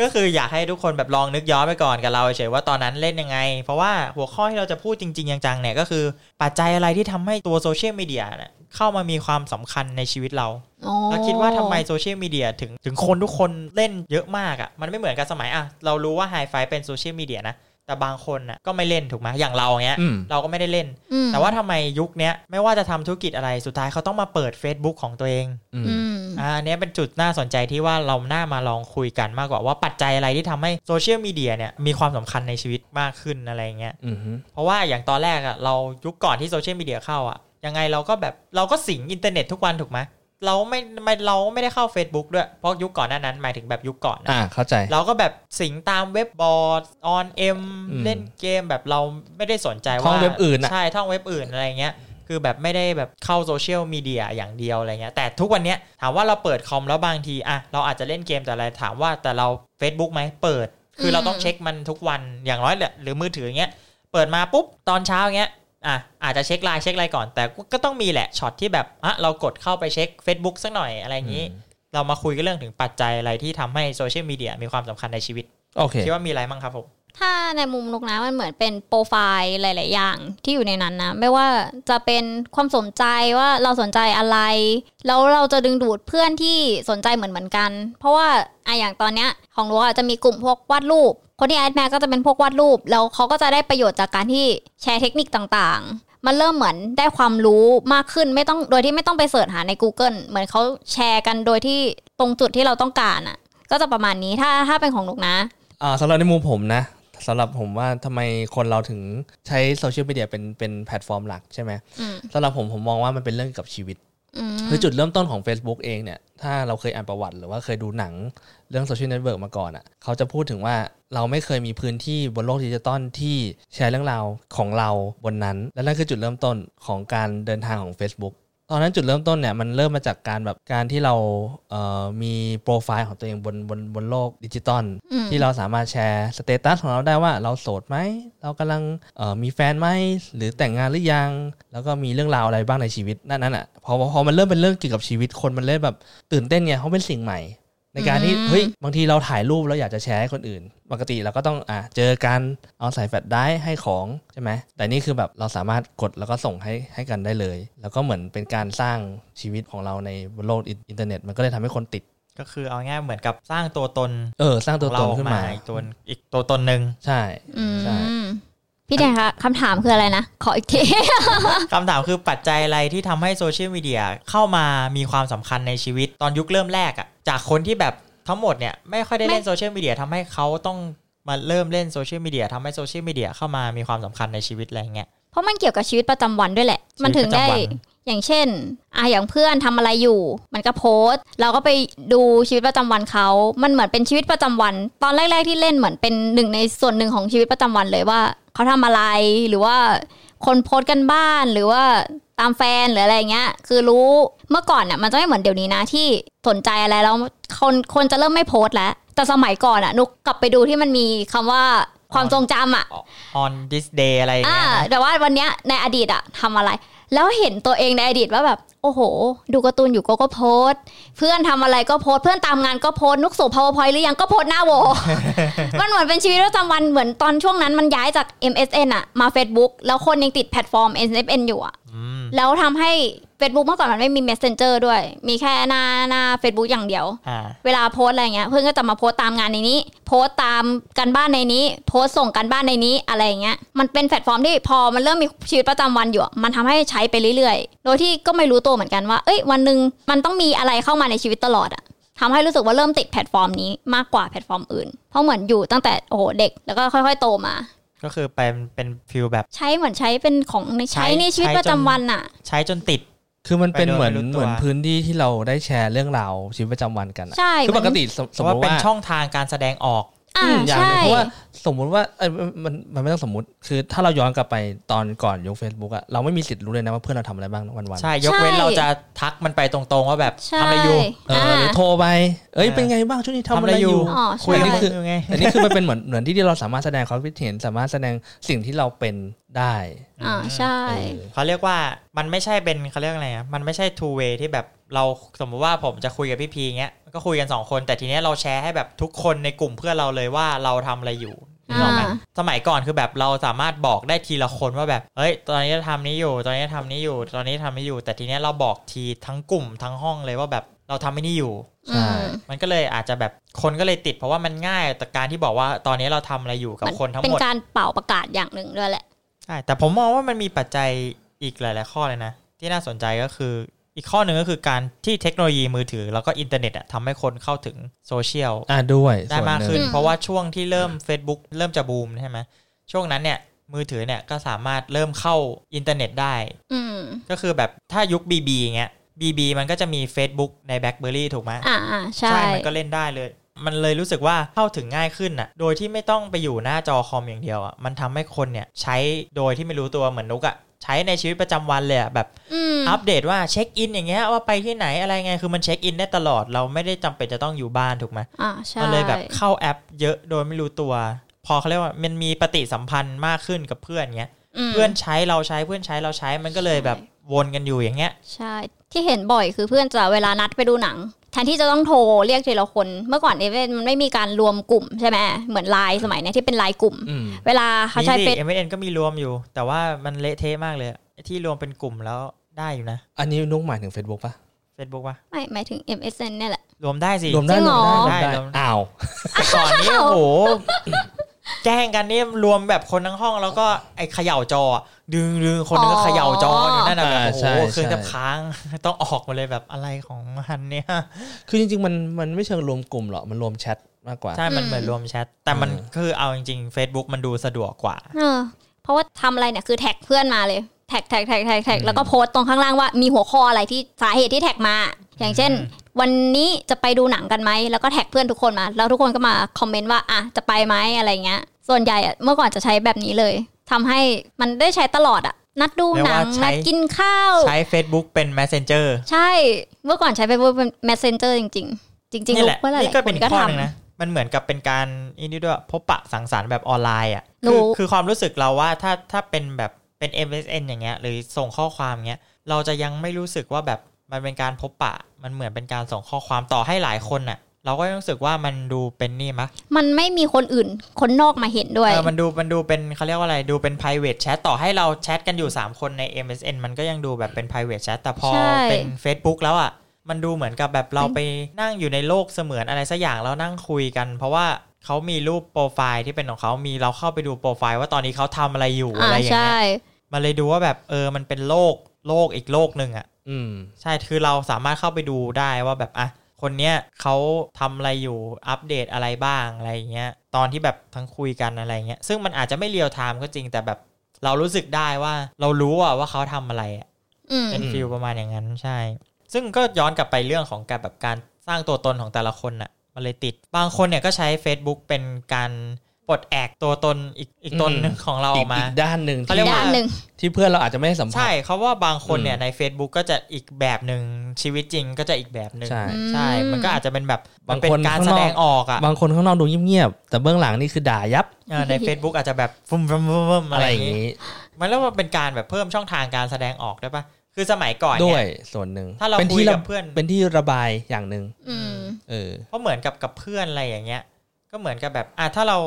Speaker 2: ก็คืออยากให้ทุกคนแบบลองนึกย้อนไปก่อนกับเราเฉยๆว่าตอนนั้นเล่นยังไง เพราะว่าหัวข้อที่เราจะพูดจริงๆจังๆเนี่ยก็คือปัจจัยอะไรที่ทำให้ตัวโซเชียลมีเดียเนี่ยเข้ามามีความสำคัญในชีวิตเรา
Speaker 3: โอ้
Speaker 2: เราคิดว่าทำไมโซเชียลมีเดียถึงถึงคนทุกคนเล่นเยอะมากอะ่ะมันไม่เหมือนกับสมัยอ่ะเรารู้ว่าไฮไฟเป็นโซเชียลมีเดียนะแต่บางคนน่ะก็ไม่เล่นถูกไหมอย่างเราเนี้ย
Speaker 4: อืม
Speaker 2: เราก็ไม่ได้เล่น
Speaker 3: อืม
Speaker 2: แต่ว่าทำไมยุคเนี้ยไม่ว่าจะทำธุรกิจอะไรสุดท้ายเขาต้องมาเปิด Facebook ของตัวเอง
Speaker 4: อืม
Speaker 3: อืม
Speaker 2: อ่าอันเนี้ยเป็นจุดน่าสนใจที่ว่าเราหน้ามาลองคุยกันมากกว่าว่าปัจจัยอะไรที่ทำให้โซเชียลมีเดียเนี่ยมีความสำคัญในชีวิตมากขึ้นอะไรเงี้ย
Speaker 4: อืมฮึ
Speaker 2: เพราะว่าอย่างตอนแรกอะเรายุคก่อนที่โซเชียลมีเดียเข้าอะยังไงเราก็แบบเราก็สิงอินเทอร์เน็ตทุกวันถูกไหมเราไม่ไม่เราไม่ได้เข้า Facebook ด้วย เพราะยุคก่อนหน้านั้นหมายถึงแบบยุคก่อนนะ
Speaker 4: อ่าเข้าใจ
Speaker 2: เราก็แบบสิงตามเว็บบอร์ดออนเอ็ม
Speaker 4: อืม
Speaker 2: เล่นเกมแบบเราไม่ได้สนใจว่า
Speaker 4: ท่องเว็บอื่นอะ
Speaker 2: ใช่ท่องเว็บอื่นอะไรเงี้ย คือแบบไม่ได้แบบเข้าโซเชียลมีเดียอย่างเดียวอะไรเงี้ยแต่ทุกวันเนี้ยถามว่าเราเปิดคอมแล้วบางทีอะเราอาจจะเล่นเกมแต่อะไรถามว่าแต่เรา Facebook ไหมเปิด คือเราต้องเช็คมันทุกวันอย่างน้อยแหละหรือมือถืออย่างเงี้ยเปิดมาปุ๊บตอนเช้าอย่างเงี้ยอ่ะอาจจะเช็คไลน์เช็คอะไรก่อน แต่ก็ต้องมีแหละช็อตที่แบบอ่ะเรากดเข้าไปเช็ค Facebook สักหน่อยอะไรอย่างนี้ เรามาคุยกันเรื่องถึงปัจจัยอะไรที่ทำให้โซเชียลมีเดียมีความสำคัญในชีวิต
Speaker 4: โอเค
Speaker 2: คิดว่ามีอะไรบ้างครับผม
Speaker 3: ถ้าในมุมนกนะมันเหมือนเป็นโปรไฟล์หลาย ๆ อย่างที่อยู่ในนั้นนะ ไม่ว่าจะเป็นความสนใจว่าเราสนใจอะไร แล้วเราจะดึงดูดเพื่อนที่สนใจเหมือนเหมือนๆกัน เพราะว่าไอะอย่างตอนเนี้ยของรู้จะมีกลุ่มพวกวาดรูป คนที่แอดแมก็จะเป็นพวกวาดรูป แล้วเขาก็จะได้ประโยชน์จากการที่แชร์เทคนิคต่าง ๆ มันเริ่มเหมือนได้ความรู้มากขึ้นไม่ต้องโดยที่ไม่ต้องไปเสิร์ชหาใน Google เหมือนเขาแชร์กันโดยที่ตรงจุดที่เราต้องการอ่ะ ก็จะประมาณนี้ถ้าถ้าเป็นของนกนะ
Speaker 4: อ่าสำหรับในมุมผมนะสำหรับผมว่าทำไมคนเราถึงใช้โซเชียลมีเดียเป็นเป็นแพลตฟอร์มหลักใช่ไหม
Speaker 3: อืม
Speaker 4: สำหรับผมผมมองว่ามันเป็นเรื่องเกี่ยวกับชีวิต
Speaker 3: อืม
Speaker 4: คือจุดเริ่มต้นของ Facebook เองเนี่ย ถ้าเราเคยอ่านประวัติหรือว่าเคยดูหนังเรื่องโซเชียลเน็ตเวิร์กมาก่อนอะ่ะ เขาจะพูดถึงว่าเราไม่เคยมีพื้นที่บนโลกดิจิตอลที่แชร์เรื่องราวของเราบนนั้น และนั่นคือจุดเริ่มต้นของการเดินทางของ Facebook ตอนนั้นจุดเริ่มต้นเนี่ยมันเริ่มมาจากการแบบการที่เราเอ่อมีโปรไฟล์ของตัวเองบนบนบนโลกดิจิตอล
Speaker 3: อืม
Speaker 4: ที่เราสามารถแชร์สเตตัสของเราได้ว่าเราโสดไหมเรากำลังเอ่อมีแฟนไหมหรือแต่งงานหรือยัง แล้วก็มีเรื่องราวอะไรบ้างในชีวิตนั่นนั่นอ่ะพอพอพอมันเริ่มเป็นเรื่องเกี่ยวกับชีวิตคนมันเริ่มแบบตื่นเต้นไงเพราะเป็นสิ่งใหม่ ในการที่
Speaker 3: อืม
Speaker 4: เฮ้ยบางทีเราถ่ายรูปแล้วอยากจะแชร์ให้คนอื่น ปกติเราก็ต้องอ่ะเจอกันเอาใส่แฟลชได้ให้ของใช่ไหมแต่นี่คือแบบเราสามารถกดแล้วก็ส่งให้ให้กันได้เลย แล้วก็เหมือนเป็นการสร้างชีวิตของเราในบนโลกอินเทอร์เน็ต มันก็เลยทำให้คนติด
Speaker 2: ก็คือเอาง่ายเหมือนกับสร้างตัวตน
Speaker 4: เออ สร้างตัว
Speaker 2: ของ
Speaker 4: ต
Speaker 2: เรา
Speaker 4: น
Speaker 2: ออ
Speaker 4: ขึ้
Speaker 2: ก
Speaker 4: น
Speaker 2: มา
Speaker 4: มา
Speaker 2: อีกตัวอีกตัวตนหนึ่ง
Speaker 4: ใช่
Speaker 3: อืม
Speaker 4: ใช่
Speaker 3: พี่แดงคะคำถามคืออะไรนะ ขออีกที
Speaker 2: คำถามคือปัจจัยอะไรที่ทำให้โซเชียลมีเดียเข้ามามีความสำคัญในชีวิตตอนยุคเริ่มแรกอะจากคนที่แบบทั้งหมดเนี่ยไม่ค่อยได้เล่นโซเชียลมีเดียทำให้เขาต้องมาเริ่มเล่นโซเชียลมีเดียทำให้โซเชียลมีเดียเข้ามามีความสำคัญในชีวิตอะไรเงี้ย
Speaker 3: เพราะมันเกี่ยวกับชีวิตประจำวันด้วยแหละ
Speaker 2: ชีวิต
Speaker 3: มันถึงได้
Speaker 2: ประจำวัน
Speaker 3: อย่างเช่นอ่ะอย่างเพื่อนทำอะไรอยู่ มันก็โพสต์ เราก็ไปดูชีวิตประจำวันเขา มันเหมือนเป็นชีวิตประจำวัน ตอนแรก ๆที่เล่นเหมือนเป็นหนึ่งในส่วนหนึ่งของชีวิตประจำวันเลยว่าเขาทำอะไรหรือว่าคนโพสต์กันบ้านหรือว่าตามแฟนหรืออะไรอย่างเงี้ย คือรู้เมื่อก่อนน่ะมันจะไม่เหมือนเดี๋ยวนี้นะที่สนใจอะไรแล้วคนคนจะเริ่มไม่โพสต์แล้วแต่สมัยก่อนอ่ะนุกกลับไปดูที่มันมีคำว่าความทรงจำอ่ะ
Speaker 2: on this day อะไรอย่าง
Speaker 3: อ่า
Speaker 2: เงี้ยนะ
Speaker 3: แต่ว่าวันเนี้ยในอดีตอะทำอะไร แล้วเห็นตัวเองในอดีตว่าแบบ โอ้โห ดูการ์ตูนอยู่ก็ก็โพสต์ เพื่อนทำอะไรก็โพสต์เพื่อนตามงานก็โพสต์นุกสู่ powerpoint หรือยังก็โพสต์หน้าโว มันเหมือนเป็นชีวิตประจำวันเหมือนตอนช่วงนั้นมันย้ายจาก MSN อะมา Facebook แล้วคนยังติดแพลตฟอร์ม MSN อยู่อะ
Speaker 2: อืม
Speaker 3: แล้วทำให้ Facebook เมื่อก่อนมันไม่มี Messenger ด้วย มีแค่หน้าหน้า Facebook อย่างเดียว
Speaker 2: อ่า
Speaker 3: เวลาโพสต์อะไรเงี้ยเพื่อนก็จะมาโพสต์ตามงานในนี้ โพสต์ตามกันบ้านในนี้ โพสต์ส่งกันบ้านในนี้อะไรอย่างเงี้ยมันเป็นแพลตฟอร์มที่พอมันเริ่มมีชีวิตประจำวันอยู่อะมันทำให้ใช้ไปเรื่อยๆ โดยที่ก็ไม่รู้ตัวเหมือนกันว่า เอ้ยวันหนึ่งมันต้องมีอะไรเข้ามาในชีวิตตลอดอะทำให้รู้สึกว่าเริ่มติดแพลตฟอร์มนี้มากกว่าแพลตฟอร์มอื่น เพราะเหมือนอยู่ตั้งแต่โอ้โหเด็กแล้วก็ค่อย ๆ โตมา
Speaker 2: ก็คือเป็นเป็นฟิลแบบ
Speaker 3: ใช้เหมือนใช้เป็นของในใช้ในชีวิตประจำวันอะ
Speaker 2: ใช้จนติด
Speaker 4: คือมันเป็น
Speaker 2: ไปโดย
Speaker 4: เหมือน
Speaker 2: ไม่รู้ตัว
Speaker 4: เหมือนพื้นที่ที่เราได้แชร์เรื่องราวชีวิตประจำวันกันอะ
Speaker 3: ใช่
Speaker 4: คือปกติสมส
Speaker 2: เพ
Speaker 4: ม
Speaker 2: ราะ
Speaker 4: ม
Speaker 2: ว่า
Speaker 4: ติ
Speaker 2: เป็น
Speaker 4: ว่า
Speaker 2: ช่องทางการแสดงออก
Speaker 3: อ่า
Speaker 4: อืมอย่างห
Speaker 3: ใช่
Speaker 4: นึงเพราะว่าสมมุติว่าเอ้ยมันมันไม่ต้องสมมุติคือถ้าเราย้อนกลับไปตอนก่อนยุค Facebook อะเราไม่มีสิทธิ์รู้เลยนะว่าเพื่อนเราทำอะไรบ้างวันวันๆ
Speaker 2: ใช่ยกเว้นเราจะทักมันไปตรงๆว่าแบบ
Speaker 3: ใช่
Speaker 2: ทำอะไรอยู่
Speaker 4: เออหรือโทรไปเอ้ยเป็นไงบ้างช่วงนี้ทำอะไรอยู่
Speaker 3: อ๋อ
Speaker 2: คุ
Speaker 3: ใช่
Speaker 2: ยกันอยู่ไง
Speaker 4: อันนี้คือมันเป็นเหมือนเหมือนที่เราสามารถแสดงความคิดเห็นสามารถแสดงสิ่งที่เราเป็นได้
Speaker 3: อ่าใช่
Speaker 4: เออ
Speaker 2: เขาเรียกว่ามันไม่ใช่เป็นเขาเรียกอะไรอะมันไม่ใช่ two way ที่แบบเราสมมติว่าผมจะคุยกับพี่พีเงี้ยก็คุยกัน 2 คน แต่ทีเนี้ยเราแชร์ให้แบบทุกคนในกลุ่มเพื่อนเราเลยว่าเราทำอะไรอยู่นึกออกไหม
Speaker 3: อ่า
Speaker 2: สมัยก่อนคือแบบเราสามารถบอกได้ทีละคนว่าแบบเฮ้ย ตอนนี้ทำนี้อยู่ ตอนนี้ทำนี้อยู่ ตอนนี้ทำนี้อยู่ แต่ทีเนี้ยเราบอกทีทั้งกลุ่มทั้งห้องเลยว่าแบบเราทำไม่นี่อยู่
Speaker 4: ใช่
Speaker 3: อืม
Speaker 2: มันก็เลยอาจจะแบบคนก็เลยติด เพราะว่ามันง่ายต่อการที่บอกว่าตอนนี้เราทำอะไรอยู่กับคนทั้ง
Speaker 3: เป็
Speaker 2: ห
Speaker 3: น
Speaker 2: มด
Speaker 3: การเป่าประกาศอย่างหนึ่งด้วยแหละ
Speaker 2: ใช่แต่ผมมองว่ามันมีปัจจัยอีกหลาย ๆ ข้อเลยนะ ที่น่าสนใจก็คืออีกข้อหนึ่งก็คือการที่เทคโนโลยีมือถือ แล้วก็อินเทอร์เน็ตอะทำให้คนเข้าถึงโซเชียล
Speaker 4: อ่าด้วย
Speaker 2: ได้มากขึ้น
Speaker 4: ส่วห
Speaker 3: อืม
Speaker 2: เพราะว่าช่วงที่เริ่ม Facebook เริ่มจะบูมใช่ไหมช่วงนั้นเนี่ยมือถือเนี่ยก็สามารถเริ่มเข้าอินเทอร์เน็ตได้
Speaker 3: อืม
Speaker 2: ก็คือแบบถ้ายุค BB อย่างเงี้ย BB มันก็จะมี Facebook ใน BlackBerry ถูกไหม
Speaker 3: อ่าอ่าใช่
Speaker 2: ใช่ มันก็เล่นได้เลย มันเลยรู้สึกว่าเข้าถึงง่ายขึ้นน่ะ โดยที่ไม่ต้องไปอยู่หน้าจอคอมอย่างเดียวอ่ะ มันทำให้คนเนี่ยใช้โดยที่ไม่รู้ตัวเหมือนนุกอ่ะ ใช้ในชีวิตประจำวันเลยอ่ะแบบ
Speaker 3: อืม
Speaker 2: อัปเดตว่าเช็คอินอย่างเงี้ยว่าไปที่ไหนอะไรไง คือมันเช็คอินได้ตลอด เราไม่ได้จำเป็นจะต้องอยู่บ้านถูกไหม
Speaker 3: อ่าใช่
Speaker 2: มันเลยแบบเข้าแอปเยอะโดยไม่รู้ตัว พอเขาเรียกว่ามันมีปฏิสัมพันธ์มากขึ้นกับเพื่อนเงี้ย
Speaker 3: ม
Speaker 2: เพื่อนใช้เราใช้เพื่อนใช้เราใช้ มันก็เลยแบบวนกันอยู่อย่างเงี้ย
Speaker 3: ใช่ ที่เห็นบ่อยคือเพื่อนจะเวลานัดไปดูหนัง แทนที่จะต้องโทรเรียกทีละคน เมื่อก่อนเอเวนมันไม่มีการรวมกลุ่มใช่ไหม เหมือนไลน์สมัยเนี้ยที่เป็นไลน์กลุ่ม
Speaker 4: อืม
Speaker 3: เวลาเขาใช้
Speaker 2: นี่
Speaker 3: เฟ
Speaker 2: ดิ
Speaker 3: ซ
Speaker 2: MSN ก็มีรวมอยู่ แต่ว่ามันเละเทะมากเลยอะไอ้ที่รวมเป็นกลุ่มแล้วได้อยู่นะ
Speaker 4: อันนี้นุ๊กหมายถึง Facebook ปะ
Speaker 2: Facebook ว่า
Speaker 3: ไม่หมายถึง MSN เนี่ยแหละ
Speaker 2: รวมได้สิ
Speaker 4: รวมได้
Speaker 3: จริงเห
Speaker 4: ร
Speaker 3: ร
Speaker 4: ว
Speaker 3: อ
Speaker 4: มได้รวมได้
Speaker 2: รวมได้
Speaker 4: อ้าว
Speaker 2: แต่ก่อนนี้โอ้โห แกล้งกันนี่รวมแบบคนทั้งห้องแล้วก็ไอ้เขย่าจออะดึงดึงคนนึงก็เขย่าจออยู่นั่นนะแบบ
Speaker 4: อ่า
Speaker 2: โอ้โหเค
Speaker 4: ใช่
Speaker 2: รื่อง
Speaker 4: ใช่
Speaker 2: จะค้าง ต้องออกมาเลยแบบอะไรของมันเนี่ย
Speaker 4: คือจริงๆ มันมันไม่เชิงรวมกลุ่มหรอกมันรวมแชทมากกว่า
Speaker 2: ใช่ มันเหมือนรวมแชท แต่มันคือเอาจริงๆ Facebook มันดูสะดวกกว่า
Speaker 3: เออ เพราะว่าทำอะไรเนี่ยคือแท็กเพื่อนมาเลย แท็กแท็กแท็กแท็กแท็กแล้วก็โพสต์ตรงข้างล่างว่ามีหัวข้ออะไรที่สาเหตุที่แท็กมา อย่างเช่น วันนี้จะไปดูหนังกันไหมแล้วก็แท็กเพื่อนทุกคนมา แล้วทุกคนก็มาคอมเมนต์ว่าอ่ะจะไปไหมอะไรเงี้ย ส่วนใหญ่อะเมื่อก่อนจะใช้แบบนี้เลยทำให้มันได้ใช้ตลอดอะนัดดูห
Speaker 2: เรี
Speaker 3: นัง
Speaker 2: ยกว่าใช้
Speaker 3: นัดกินข้าว
Speaker 2: ใช้ Facebook เป็น Messenger
Speaker 3: ใช่เมื่อก่อนใช้เป็น messenger จริง ๆ จริงๆ
Speaker 2: นี่แหละ
Speaker 3: รู้ว่าหลาย
Speaker 2: นี่ก็
Speaker 3: ค
Speaker 2: เป็น
Speaker 3: น
Speaker 2: อี
Speaker 3: ก็
Speaker 2: กข้อหนึง
Speaker 3: ทำ
Speaker 2: นะมันเหมือนกับเป็นการอันนี้ด้วยพบปะสังสรรค์แบบออนไลน์อ่ะ
Speaker 3: รู้
Speaker 2: คือคือความรู้สึกเราว่าถ้าถ้าเป็นแบบเป็น MSN อย่างเงี้ยหรือส่งข้อความเงี้ยเราจะยังไม่รู้สึกว่าแบบมันเป็นการพบปะ มันเหมือนเป็นการส่งข้อความต่อให้หลายคนน่ะ เราก็ยังรู้สึกว่ามันดูเป็นนี่มะ
Speaker 3: มันไม่มีคนอื่นคนนอกมาเห็นด้วย
Speaker 2: เออมันดูมันดูเป็นเขาเรียกว่าอะไรดูเป็น private chat ต่อให้เราแชทกันอยู่ 3 คนใน MSN มันก็ยังดูแบบเป็น private chat แต่พอ
Speaker 3: ใช่
Speaker 2: เป็น Facebook แล้วอ่ะ มันดูเหมือนกับแบบเราไปนั่งอยู่ในโลกเสมือนอะไรสักอย่างแล้วนั่งคุยกัน เพราะว่าเขามีรูปโปรไฟล์ที่เป็นของเขามีเราเข้าไปดูโปรไฟล์ว่าตอนนี้เขาทำอะไรอยู่
Speaker 3: อ่า
Speaker 2: อะไรอย่าง
Speaker 3: ใช่
Speaker 2: เงี้ยมันเลยดูว่าแบบเออมันเป็นโลกโลกอีกโลกหนึ่งอะ
Speaker 4: อืม
Speaker 2: ใช่ คือเราสามารถเข้าไปดูได้ว่าแบบอ่ะ คนเนี้ยเขาทำอะไรอยู่ อัปเดตอะไรบ้างอะไรอย่างเงี้ย ตอนที่แบบทั้งคุยกันอะไรเงี้ย ซึ่งมันอาจจะไม่เรียลไทม์ก็จริง แต่แบบเรารู้สึกได้ว่าเรารู้อะว่าเขาทำอะไรอะ
Speaker 3: อืม
Speaker 2: เป็นฟิลประมาณอย่างนั้นใช่ ซึ่งก็ย้อนกลับไปเรื่องของการแบบการสร้างตัวตนของแต่ละคนน่ะ มันเลยติด บางคนเนี่ยก็ใช้ Facebook เป็นการปลดแอกตัวตนอีกอีกตนหนึ่งของเราออ
Speaker 4: อี
Speaker 2: ก กมา
Speaker 4: อีกด้านหนึ่ง
Speaker 2: เขาเรีย
Speaker 4: ที่
Speaker 2: กว่
Speaker 3: ด้านหนึ่ง
Speaker 4: ที่เพื่อนเราอาจจะไม่ได้สัมผัส
Speaker 2: ใช่เขาว่าบางคนเนี่ย
Speaker 4: อืม
Speaker 2: ใน Facebook ก็จะอีกแบบหนึ่งชีวิตจริงก็จะอีกแบบหนึ่ง
Speaker 4: ใช่
Speaker 2: ใช่
Speaker 3: อืม
Speaker 2: มันก็อาจจะเป็นแบบ
Speaker 4: บางคน
Speaker 2: มัเป็นการ
Speaker 4: ข้างนอก
Speaker 2: แสดงออกอ่ะ
Speaker 4: บางคนข้างนอกดูเงียบๆแต่เบื้องหลังนี่คือด่ายับ
Speaker 2: เออใน Facebook อาจจะแบบฟุ้มฟุ้มฟุ้มฟุ้ม
Speaker 4: อะ
Speaker 2: อะไร ไรอย่
Speaker 4: อา
Speaker 2: ย่าง งงี้
Speaker 4: นี้
Speaker 2: มันแล้วมันเป็นการแบบเพิ่มช่องทางการแสดงออกได้วยปะคือสมัยก่อน
Speaker 4: ด้
Speaker 2: เนี่
Speaker 4: วย
Speaker 2: ย
Speaker 4: ส่วนหนึ่ง
Speaker 2: ถ้าเรา
Speaker 4: เป็น
Speaker 2: คุย
Speaker 4: ที่
Speaker 2: กั
Speaker 4: ระ
Speaker 2: บเพื่อน
Speaker 4: เป็นที่ระบายอย่างหนึ่ง
Speaker 3: อืม
Speaker 4: เออ
Speaker 2: เพราะเหมือนกับกับเพื่อนอะไรอย่างเงี้ย ก็เหมือนกับแบบอ่ะถ้าเรา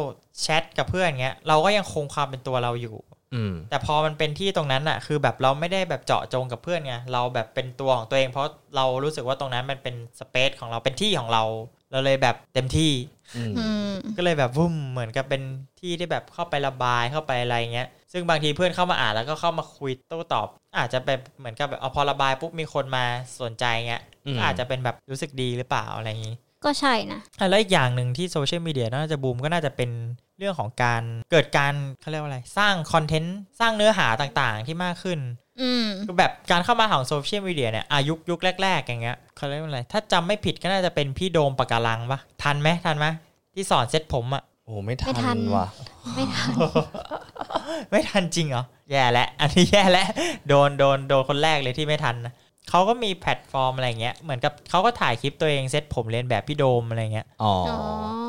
Speaker 2: แชทกับเพื่อนเงี้ยเราก็ยังคงความเป็นตัวเราอยู่
Speaker 4: อืม
Speaker 2: แต่พอมันเป็นที่ตรงนั้นอ่ะ คือแบบเราไม่ได้แบบเจาะจงกับเพื่อนไง เราแบบเป็นตัวของตัวเอง เพราะเรารู้สึกว่าตรงนั้นมันเป็นสเปซของเรา เป็นที่ของเรา เราเลยแบบเต็มที่
Speaker 4: อืม
Speaker 3: อืม
Speaker 2: ก็เลยแบบวุ้มเหมือนกับเป็นที่ที่แบบเข้าไประบายเข้าไปอะไรเงี้ย ซึ่งบางทีเพื่อนเข้ามาอ่านแล้วก็เข้ามาคุยโต้ตอบ อาจจะเป็นเหมือนกับแบบเอาพอระบายปุ๊บมีคนมาสนใจเงี้ย
Speaker 4: อืม
Speaker 2: ก็อาจจะเป็นแบบรู้สึกดีหรือเปล่าอะไรอย่างนี้
Speaker 3: ก็ใช่นะ
Speaker 2: อ่ะแล้วอีกอย่างหนึ่งที่โซเชียลมีเดียน่าจะบูมก็น่าจะเป็นเรื่องของการเกิดการเขาเรียกว่าอะไร สร้างคอนเทนต์สร้างเนื้อหาต่างๆ ที่มากขึ้น
Speaker 3: อืม
Speaker 2: คือแบบการเข้ามาของโซเชียลมีเดียเนี่ยอายุคยุคแรก ๆ อย่างเงี้ยเขาเรียกว่าอะไร ถ้าจำไม่ผิดก็น่าจะเป็นพี่โดมปากกาลังปะทันไหมทันไหมที่สอนเซ็ตผมอะ
Speaker 4: โอ้ไม่
Speaker 3: ไม่ทั
Speaker 4: ทัน
Speaker 3: น
Speaker 4: ว่ะ
Speaker 3: ไม่ทัน
Speaker 2: ไม่ทันจริงเหรอ แย่แล้วอันนี้แย่แล้ว โดนโดนโดนคนแรกเลยที่ไม่ทันนะเขาก็มีแพลตฟอร์มอะไรเงี้ยเหมือนกับเขาก็ถ่ายคลิปตัวเองเซ็ตผมเรียนแบบพี่โดมอะไรเงี้ย
Speaker 4: อ๋อ
Speaker 3: อ๋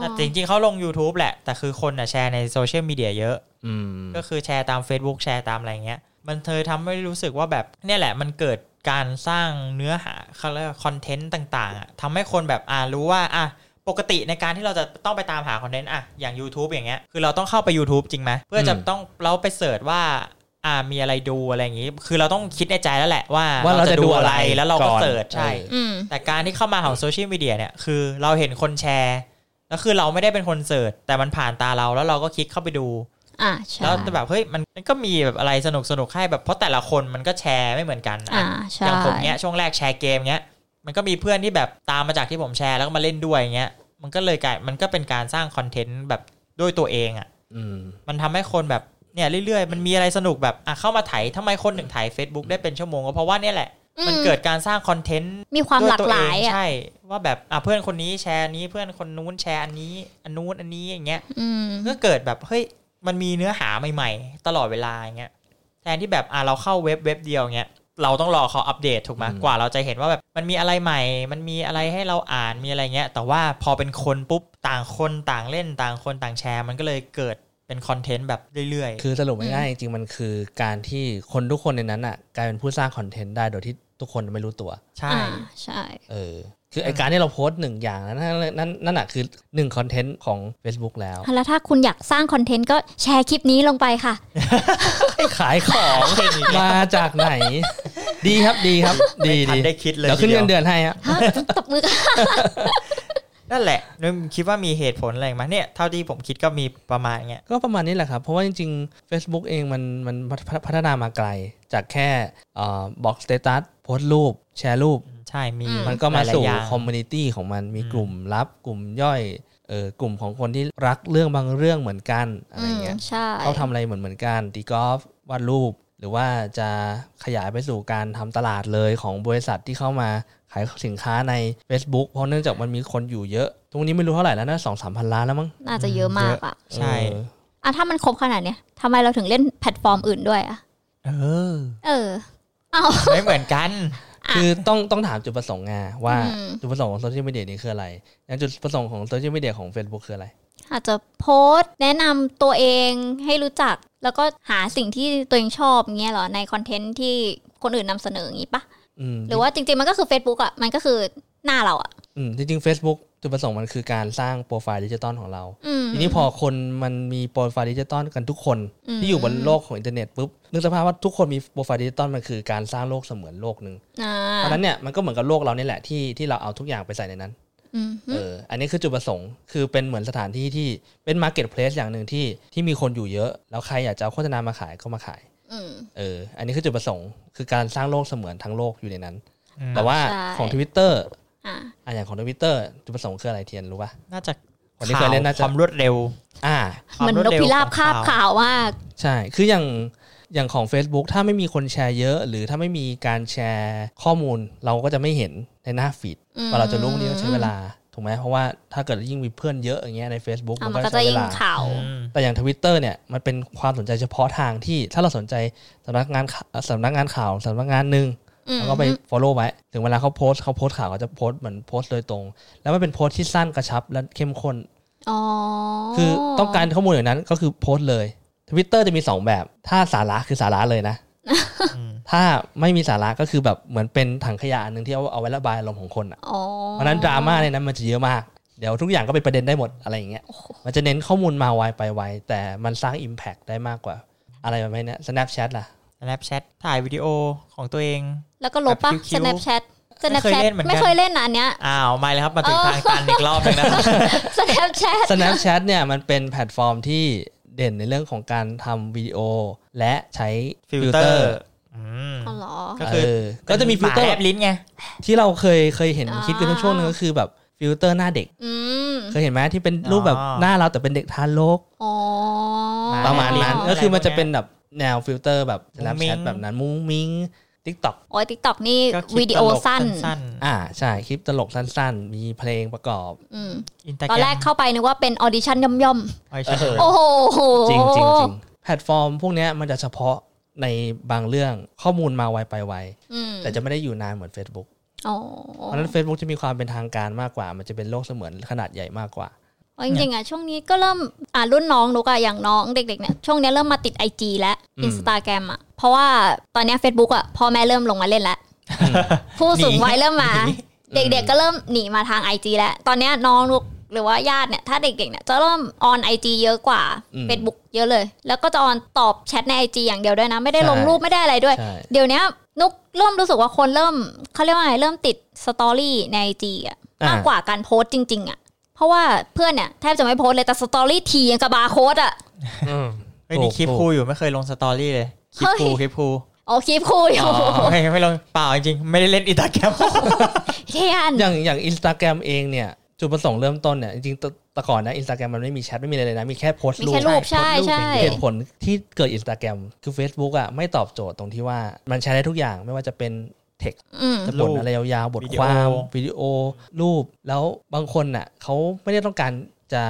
Speaker 3: อ
Speaker 2: แต่จริงๆ เขาลง YouTube แหละ แต่คือคนอ่ะแชร์ในโซเชียลมีเดียเยอะ
Speaker 4: อืม
Speaker 2: ก็คือแชร์ตาม Facebook แชร์ตามอะไรเงี้ย มันเธอทำให้รู้สึกว่าแบบเนี่ยแหละมันเกิดการสร้างเนื้อหาเขาเรียกว่าคอนเทนต์ต่างๆอะทำให้คนแบบอ่ารู้ว่าอ่ะปกติในการที่เราจะต้องไปตามหาคอนเทนต์อ่ะอย่าง YouTube อย่างเงี้ยคือเราต้องเข้าไป YouTube จริงไหมเพื่อจะ
Speaker 4: อืม
Speaker 2: ต้องเราไปเสิร์ชว่าอ่ามีอะไรดูอะไรอย่างงี้ คือเราต้องคิดในใจแล้วแหละว่า
Speaker 4: ว่าเราจะดูอะไร
Speaker 2: แล้วเราก็
Speaker 4: ก่อน
Speaker 2: เสิร์ชใช่
Speaker 4: เออ
Speaker 3: อืม
Speaker 2: แต่การที่เข้ามาของโซเชียลมีเดียเนี่ยคือเราเห็นคนแชร์ แล้วคือเราไม่ได้เป็นคนเสิร์ชแต่มันผ่านตาเราแล้วเราก็คลิกเข้าไปดู
Speaker 3: อ่าใช่
Speaker 2: แล้วแต่แบบเฮ้ยมันมันก็มีแบบอะไรสนุกสนุกๆให้แบบเพราะแต่ละคนมันก็แชร์ไม่เหมือนกัน
Speaker 3: อ่า
Speaker 2: อะ
Speaker 3: ใช่
Speaker 2: อย่างผมเนี้ยช่วงแรกแชร์เกมเนี้ยมันก็มีเพื่อนที่แบบตามมาจากที่ผมแชร์แล้วก็มาเล่นด้วยอย่างเงี้ยมันก็เลยกลายมันก็เป็นการสร้างคอนเทนต์แบบด้วยตัวเองอ่ะ
Speaker 4: อืม
Speaker 2: มันทำให้คนแบบเนี่ยเรื่อยๆ มันมีอะไรสนุกแบบอ่ะเข้ามาไถทำไมคนหนึ่งไถ Facebook ได้เป็นชั่วโมงก็เพราะว่าเนี่ยแหละ มัน
Speaker 3: อืม
Speaker 2: เกิดการสร้างคอนเทนต์
Speaker 3: มีความหลากหลาย
Speaker 2: ด้วยตัวเอง
Speaker 3: อ่ะ
Speaker 2: ใช่ว่าแบบอ่ะเพื่อนคนนี้แชร์อันนี้เพื่อนคนนู้นแชร์อันนี้อันนู้นอันนี้อย่างเงี้ย
Speaker 3: อืม
Speaker 2: ก็เกิดแบบเฮ้ยมันมีเนื้อหาใหม่ๆ ตลอดเวลาอย่างเงี้ยแทนที่แบบอ่ะเราเข้าเว็บเว็บเดียวเงี้ยเราต้องรอเขาอัปเดตถูกไหม
Speaker 4: อืม
Speaker 2: กว่าเราจะเห็นว่าแบบมันมีอะไรใหม่ มันมีอะไรให้เราอ่านมีอะไรเงี้ยแต่ว่าพอเป็นคนปุ๊บต่างคนต่างเล่นต่างคนต่างแชร์มันก็เลยเกิดเป็นคอนเทนต์แบบเรื่อยๆ
Speaker 4: คือสรุปง่ายๆจริงๆมันคือการที่คนทุกคนในนั้นอ่ะกลายเป็นผู้สร้างคอนเทนต์ได้โดยที่ทุกคนไม่รู้ตัว
Speaker 2: ใช่
Speaker 3: อ่าใช่
Speaker 4: เออ คือไอการที่เราโพสต์หนึ่งอย่างนั้นนั่นนั่นนั่นอ่ะคือหนึ่งคอนเทนต์ของ Facebook แล้ว
Speaker 3: แล้วถ้าคุณอยากสร้างคอนเทนต์ก็แชร์คลิปนี้ลงไปค่ะ
Speaker 4: ขายของมาจาก ไหน ดีครับดีครับ ดี
Speaker 2: ไม่ทันได้คิดเลย
Speaker 4: เดี๋ยวขึ้น
Speaker 2: ทีเดียว
Speaker 4: เงินเดือนให้ฮะ
Speaker 3: ฮะตบมือกัน
Speaker 2: นั่นแหละนึกคิดว่ามีเหตุผลอะไรไหมเนี่ยเท่าที่ผมคิดก็มีประมาณเงี้ย
Speaker 4: ก็ประมาณนี้แหละครับ เพราะว่าจริงๆ Facebook เองมันมันพัฒพัฒนามาไกล จากแค่บอกสเตตัสโพสต์รูป แชร์รูป
Speaker 2: ใช่มี
Speaker 4: มันก็มาสู่
Speaker 2: หลยๆย่ง
Speaker 4: คอมมูนิตี้ของมันมี
Speaker 2: อืม
Speaker 4: กลุ่มลับกลุ่มย่อยเออกลุ่มของคนที่รักเรื่องบางเรื่องเหมือนกันอะไร
Speaker 3: อืม
Speaker 4: เงี้ย
Speaker 3: ใช่
Speaker 4: เขาทำอะไรเหมือนเหมือนกันตีกอล์ฟวาดรูป หรือว่าจะขยายไปสู่การทำตลาดเลยของบริษัทที่เข้ามาขายสินค้าใน Facebook เพราะเนื่องจากมันมีคนอยู่เยอะทุกวันนี้ไม่รู้เท่าไหร่แล้วนะสองสามพันล้านแล้วมั้ง
Speaker 3: น่าจะเยอะมากอ่ะ
Speaker 2: ใช่
Speaker 4: เออ
Speaker 3: อ่ะถ้ามันครบขนาดเนี้ยทำไมเราถึงเล่นแพลตฟอร์มอื่นด้วยอ่ะ
Speaker 2: เออ
Speaker 3: เออ เอา
Speaker 2: ไม่เหมือนกัน
Speaker 3: ะ
Speaker 4: คือต้องต้องถามจุดประสงค์ไงว่า
Speaker 3: อืม
Speaker 4: จุดประสงค์ของโซเชียลมีเดียนี่คืออะไรอย่างจุดประสงค์ของโซเชียลมีเดียของ Facebook คืออะไร
Speaker 3: อาจจะโพสต์แนะนำตัวเองให้รู้จัก แล้วก็หาสิ่งที่ตัวเองชอบเงี้ยเหรอในคอนเทนต์ที่คนอื่นนำเสนออย่างงี้ปะ
Speaker 4: อืม
Speaker 3: หรือว่าจริงๆมันก็คือ Facebook อ่ะมันก็คือ หน้าเราอะ
Speaker 4: อืมจริงๆ Facebook จุดประสงค์มันคือการสร้างโปรไฟล์ดิจิตอลของเรา
Speaker 3: อืม
Speaker 4: ทีนี้พอคนมันมีโปรไฟล์ดิจิตอลกันทุกคน
Speaker 3: ม
Speaker 4: ที่อยู่บนโลกของอินเทอร์เน็ตปุ๊บนึกสภาพว่าทุกคนมีโปรไฟล์ดิจิตอลมันคือการสร้างโลกเสมือนโลกหนึ่ง
Speaker 3: อ่า
Speaker 4: เพราะฉะนั้นเนี่ยมันก็เหมือนกับโลกเราเนี่ยแหละที่ที่เราเอาทุกอย่างไปใส่ในนั้น
Speaker 3: อืม
Speaker 4: เออ อันนี้คือจุดประสงค์ คือเป็นเหมือนสถานที่ที่เป็นมาร์เก็ตเพลสอย่างหนึ่งที่ที่มีคนอยู่เยอะ แล้วใครอยากจะเอาโฆษณามาขายก็มาขาย
Speaker 3: อืม
Speaker 4: เออ อันนี้คือจุดประสงค์ คือการสร้างโลกเสมือนทั้งโลกอยู่ในนั้น
Speaker 2: อืม
Speaker 4: แต่ว่า
Speaker 3: ใช่
Speaker 4: ของ Twitter
Speaker 3: อ่า
Speaker 4: อ่ะอย่างของ Twitter จุดประสงค์คืออะไรเทียนรู้ป่ะ
Speaker 2: น่าจะ
Speaker 4: คนที่เคยเล่นน่าจะ
Speaker 2: ความรวดเร็ว
Speaker 4: อ่า
Speaker 2: คว
Speaker 3: เหมือน
Speaker 2: วด
Speaker 3: นก
Speaker 2: เร็ว
Speaker 3: พิราบ
Speaker 2: ของ
Speaker 3: คาบข่าวมาก
Speaker 4: ใช่ คืออย่างอย่างของ Facebook ถ้าไม่มีคนแชร์เยอะ หรือถ้าไม่มีการแชร์ข้อมูลเราก็จะไม่เห็นในหน้าฟีด
Speaker 3: อืม
Speaker 4: ว่าเราจะรู้ว่านี้ต้องใช้เวลา ถูกไหมเพราะว่าถ้าเกิดยิ่งมีเพื่อนเยอะอย่างเงี้ยใน Facebook
Speaker 3: อ่ะ
Speaker 4: มัน
Speaker 3: มัน
Speaker 4: ก็
Speaker 3: ก็จะ
Speaker 4: ใช้เว
Speaker 3: ยิ่ง
Speaker 4: ลา
Speaker 3: ข่าว
Speaker 2: อืม
Speaker 4: แต่อย่างทวิตเตอร์เนี่ยมันเป็นความสนใจเฉพาะทางที่ถ้าเราสนใจสำนักงานข่าสำนักงานข่าวสำนักงานหนึ่ง
Speaker 3: อืม
Speaker 4: เราก็ไป follow ไว้ ถึงเวลาเขาโพสต์เขาโพสต์ข่าวเขาจะโพสต์เหมือนโพสต์โดยตรง แล้วมันเป็นโพสต์ที่สั้นกระชับและเข้มข้น
Speaker 3: อ๋อ
Speaker 4: คือต้องการข้อมูลอย่างนั้นก็คือโพสต์เลยทวิตเตอร์จะมี 2 แบบ ถ้าสาระคือสาระเลยนะ
Speaker 2: อืม
Speaker 4: ถ้าไม่มีสาระก็คือแบบเหมือนเป็นถังขยะอันหนึ่งที่เอาเอาไว้ระบายอารมณ์ของคนอะ
Speaker 3: อ๋อ
Speaker 4: เพราะฉะนั้นดราม่าในนั้นมันจะเยอะมาก เดี๋ยวทุกอย่างก็เป็นประเด็นได้หมดอะไรอย่างเงี้ย มันจะเน้นข้อมูลมาไวไปไวแต่มันสร้าง Impact ได้มากกว่า อะไรแบบนี้เนี่ย Snapchat ล่ะ
Speaker 2: แลปแชทถ่ายวิดีโอของตัวเอง
Speaker 3: แล้วก็ลบปะ
Speaker 2: แบบคิ้วๆ
Speaker 3: Snapchat
Speaker 2: ไม่เคย
Speaker 3: Snapchat
Speaker 2: เล่นเหมือนกัน
Speaker 3: ไม่เคยเล่นนะอันเนี้ย
Speaker 2: อ้าวไม่เลยครับมาถึง
Speaker 3: เออ
Speaker 2: ทางตันอีกรอบหนึง นะ
Speaker 3: Snapchat
Speaker 4: Snapchat เนี่ยมันเป็นแพลตฟอร์มที่เด่นในเรื่องของการทำวิดีโอ และใช้
Speaker 2: ฟิลเตอร์อืม
Speaker 3: อ๋อเหรอ
Speaker 2: ก็
Speaker 4: เอ
Speaker 2: คือ
Speaker 4: อก็จะมีฟิลเตอ
Speaker 2: หาแล
Speaker 4: ร์
Speaker 2: บลิ้นไง
Speaker 4: ที่เราเคยเคยเห็น
Speaker 3: อ่า
Speaker 4: คิดกันช่วงนึงก็คือแบบฟิลเตอร์หน้าเด็ก
Speaker 3: อืม
Speaker 4: เคยเห็นไหมที่เป็นรูปแบบ
Speaker 2: อ๋อ
Speaker 4: หน้าเราแต่เป็นเด็กทารก
Speaker 3: อ๋อ
Speaker 4: ประมาณนั้น
Speaker 2: อ๋อ
Speaker 4: ก็คือมันจะเป็นแบบแนวฟิลเตอร์แบบ
Speaker 2: มุ้งมิ้ง
Speaker 4: Snapchat แบบนั้นมุ้งมิ้ง TikTok
Speaker 3: โอ้ย TikTok นี่
Speaker 2: ก็คลิป
Speaker 3: วิดีโอ
Speaker 2: ตลก
Speaker 3: สั้น
Speaker 2: สั้น
Speaker 4: อ่าใช่คลิปตลกสั้นๆ มีเพลงประกอบ
Speaker 3: อืม
Speaker 2: อินตา
Speaker 3: ตอนแรกเข้าไปนึกว่าเป็นออดิชั่นย่อม
Speaker 4: เออ
Speaker 3: ๆ โอ้โห
Speaker 4: จริงๆจริงจริงแพลตฟอร์มพวกเนี้ยมันจะเฉพาะในบางเรื่องข้อมูลมาไวไปไว
Speaker 3: อืม
Speaker 4: แต่จะไม่ได้อยู่นานเหมือน Facebook
Speaker 3: อ๋อ
Speaker 4: เพราะฉะนั้น Facebook จะมีความเป็นทางการมากกว่า มันจะเป็นโลกเสมือนขนาดใหญ่มากกว่า
Speaker 3: เอาจริงๆอ่ะช่วงนี้ก็เริ่มอ่ารุ่นน้องนุกอะอย่างน้องเด็กๆเนี่ยช่วงนี้เริ่มมาติด IG แล้ว
Speaker 4: อืม
Speaker 3: Instagram อะเพราะว่าตอนเนี้ย Facebook อะพ่อแม่เริ่มลงมาเล่นแล้ว ผู้สูงวัยเริ่มมา
Speaker 4: หนี
Speaker 3: เด็กๆก็เริ่มหนีมาทางไอจีแล้ว ตอนเนี้ยน้องลูกหรือว่าญาติเนี่ย ถ้าเด็กๆเนี่ยจะเริ่มออนไอจีเยอะกว่า
Speaker 4: อืม
Speaker 3: Facebook เยอะเลย แล้วก็จะออนตอบแชทในไอจีอย่างเดียวด้วยนะ ไม่ได้ลง
Speaker 4: ใช่
Speaker 3: รูปไม่ได้อะไรด้วย
Speaker 4: ใช่
Speaker 3: เดี๋ยวเนี้ยนุกเริ่มรู้สึกว่าคนเริ่มเขาเรียกว่าไงเริ่มติดสตอรี่ในไอจีอะ
Speaker 4: อ่าม
Speaker 3: มากกว่าการโพสต์จริง ๆอะเพราะว่าเพื่อนเนี่ยแทบจะไม่โพสต์เลยแต่สตอรี่ทียังกับบาร์โค้ดอะ
Speaker 2: เฮ้ยนี่คลิป
Speaker 4: ถูก
Speaker 2: ครูอยู่ไม่เคยลงสตอรี่เลย คลิปครู
Speaker 3: เฮ้ย
Speaker 2: คลิปครู
Speaker 3: โอ้คลิปคุยโอ้โห
Speaker 2: ไม่ไม่ลงเปล่าจริงๆไม่ได้เล่นอินตาแกรม
Speaker 3: เทียน
Speaker 4: อย่างอย่างอินสตาแกรมเองเนี่ย จุดประสงค์เริ่มต้นเนี่ย จริงๆแตแต่ก่อนนะอินสตาแกรมมันไม่มีแชทไม่มีอะไรเลยนะ มีแค่โพสต์
Speaker 3: มี
Speaker 4: รูป
Speaker 3: แค่รูปใช่ใช่
Speaker 4: เหตุผลที่เกิดอินสตาแกรมคือ Facebook อ่ะไม่ตอบโจทย์ตรงที่ว่ามันใช้ได้ทุกอย่างไม่ว่าจะเป็น text
Speaker 3: อืม
Speaker 4: จะบ่นอะไรยาวๆ บท
Speaker 2: วิดี
Speaker 4: ค
Speaker 2: โอ
Speaker 4: วาม วิดีโอ รูป แล้วบางคนน่ะเขาไม่ได้ต้องการจะ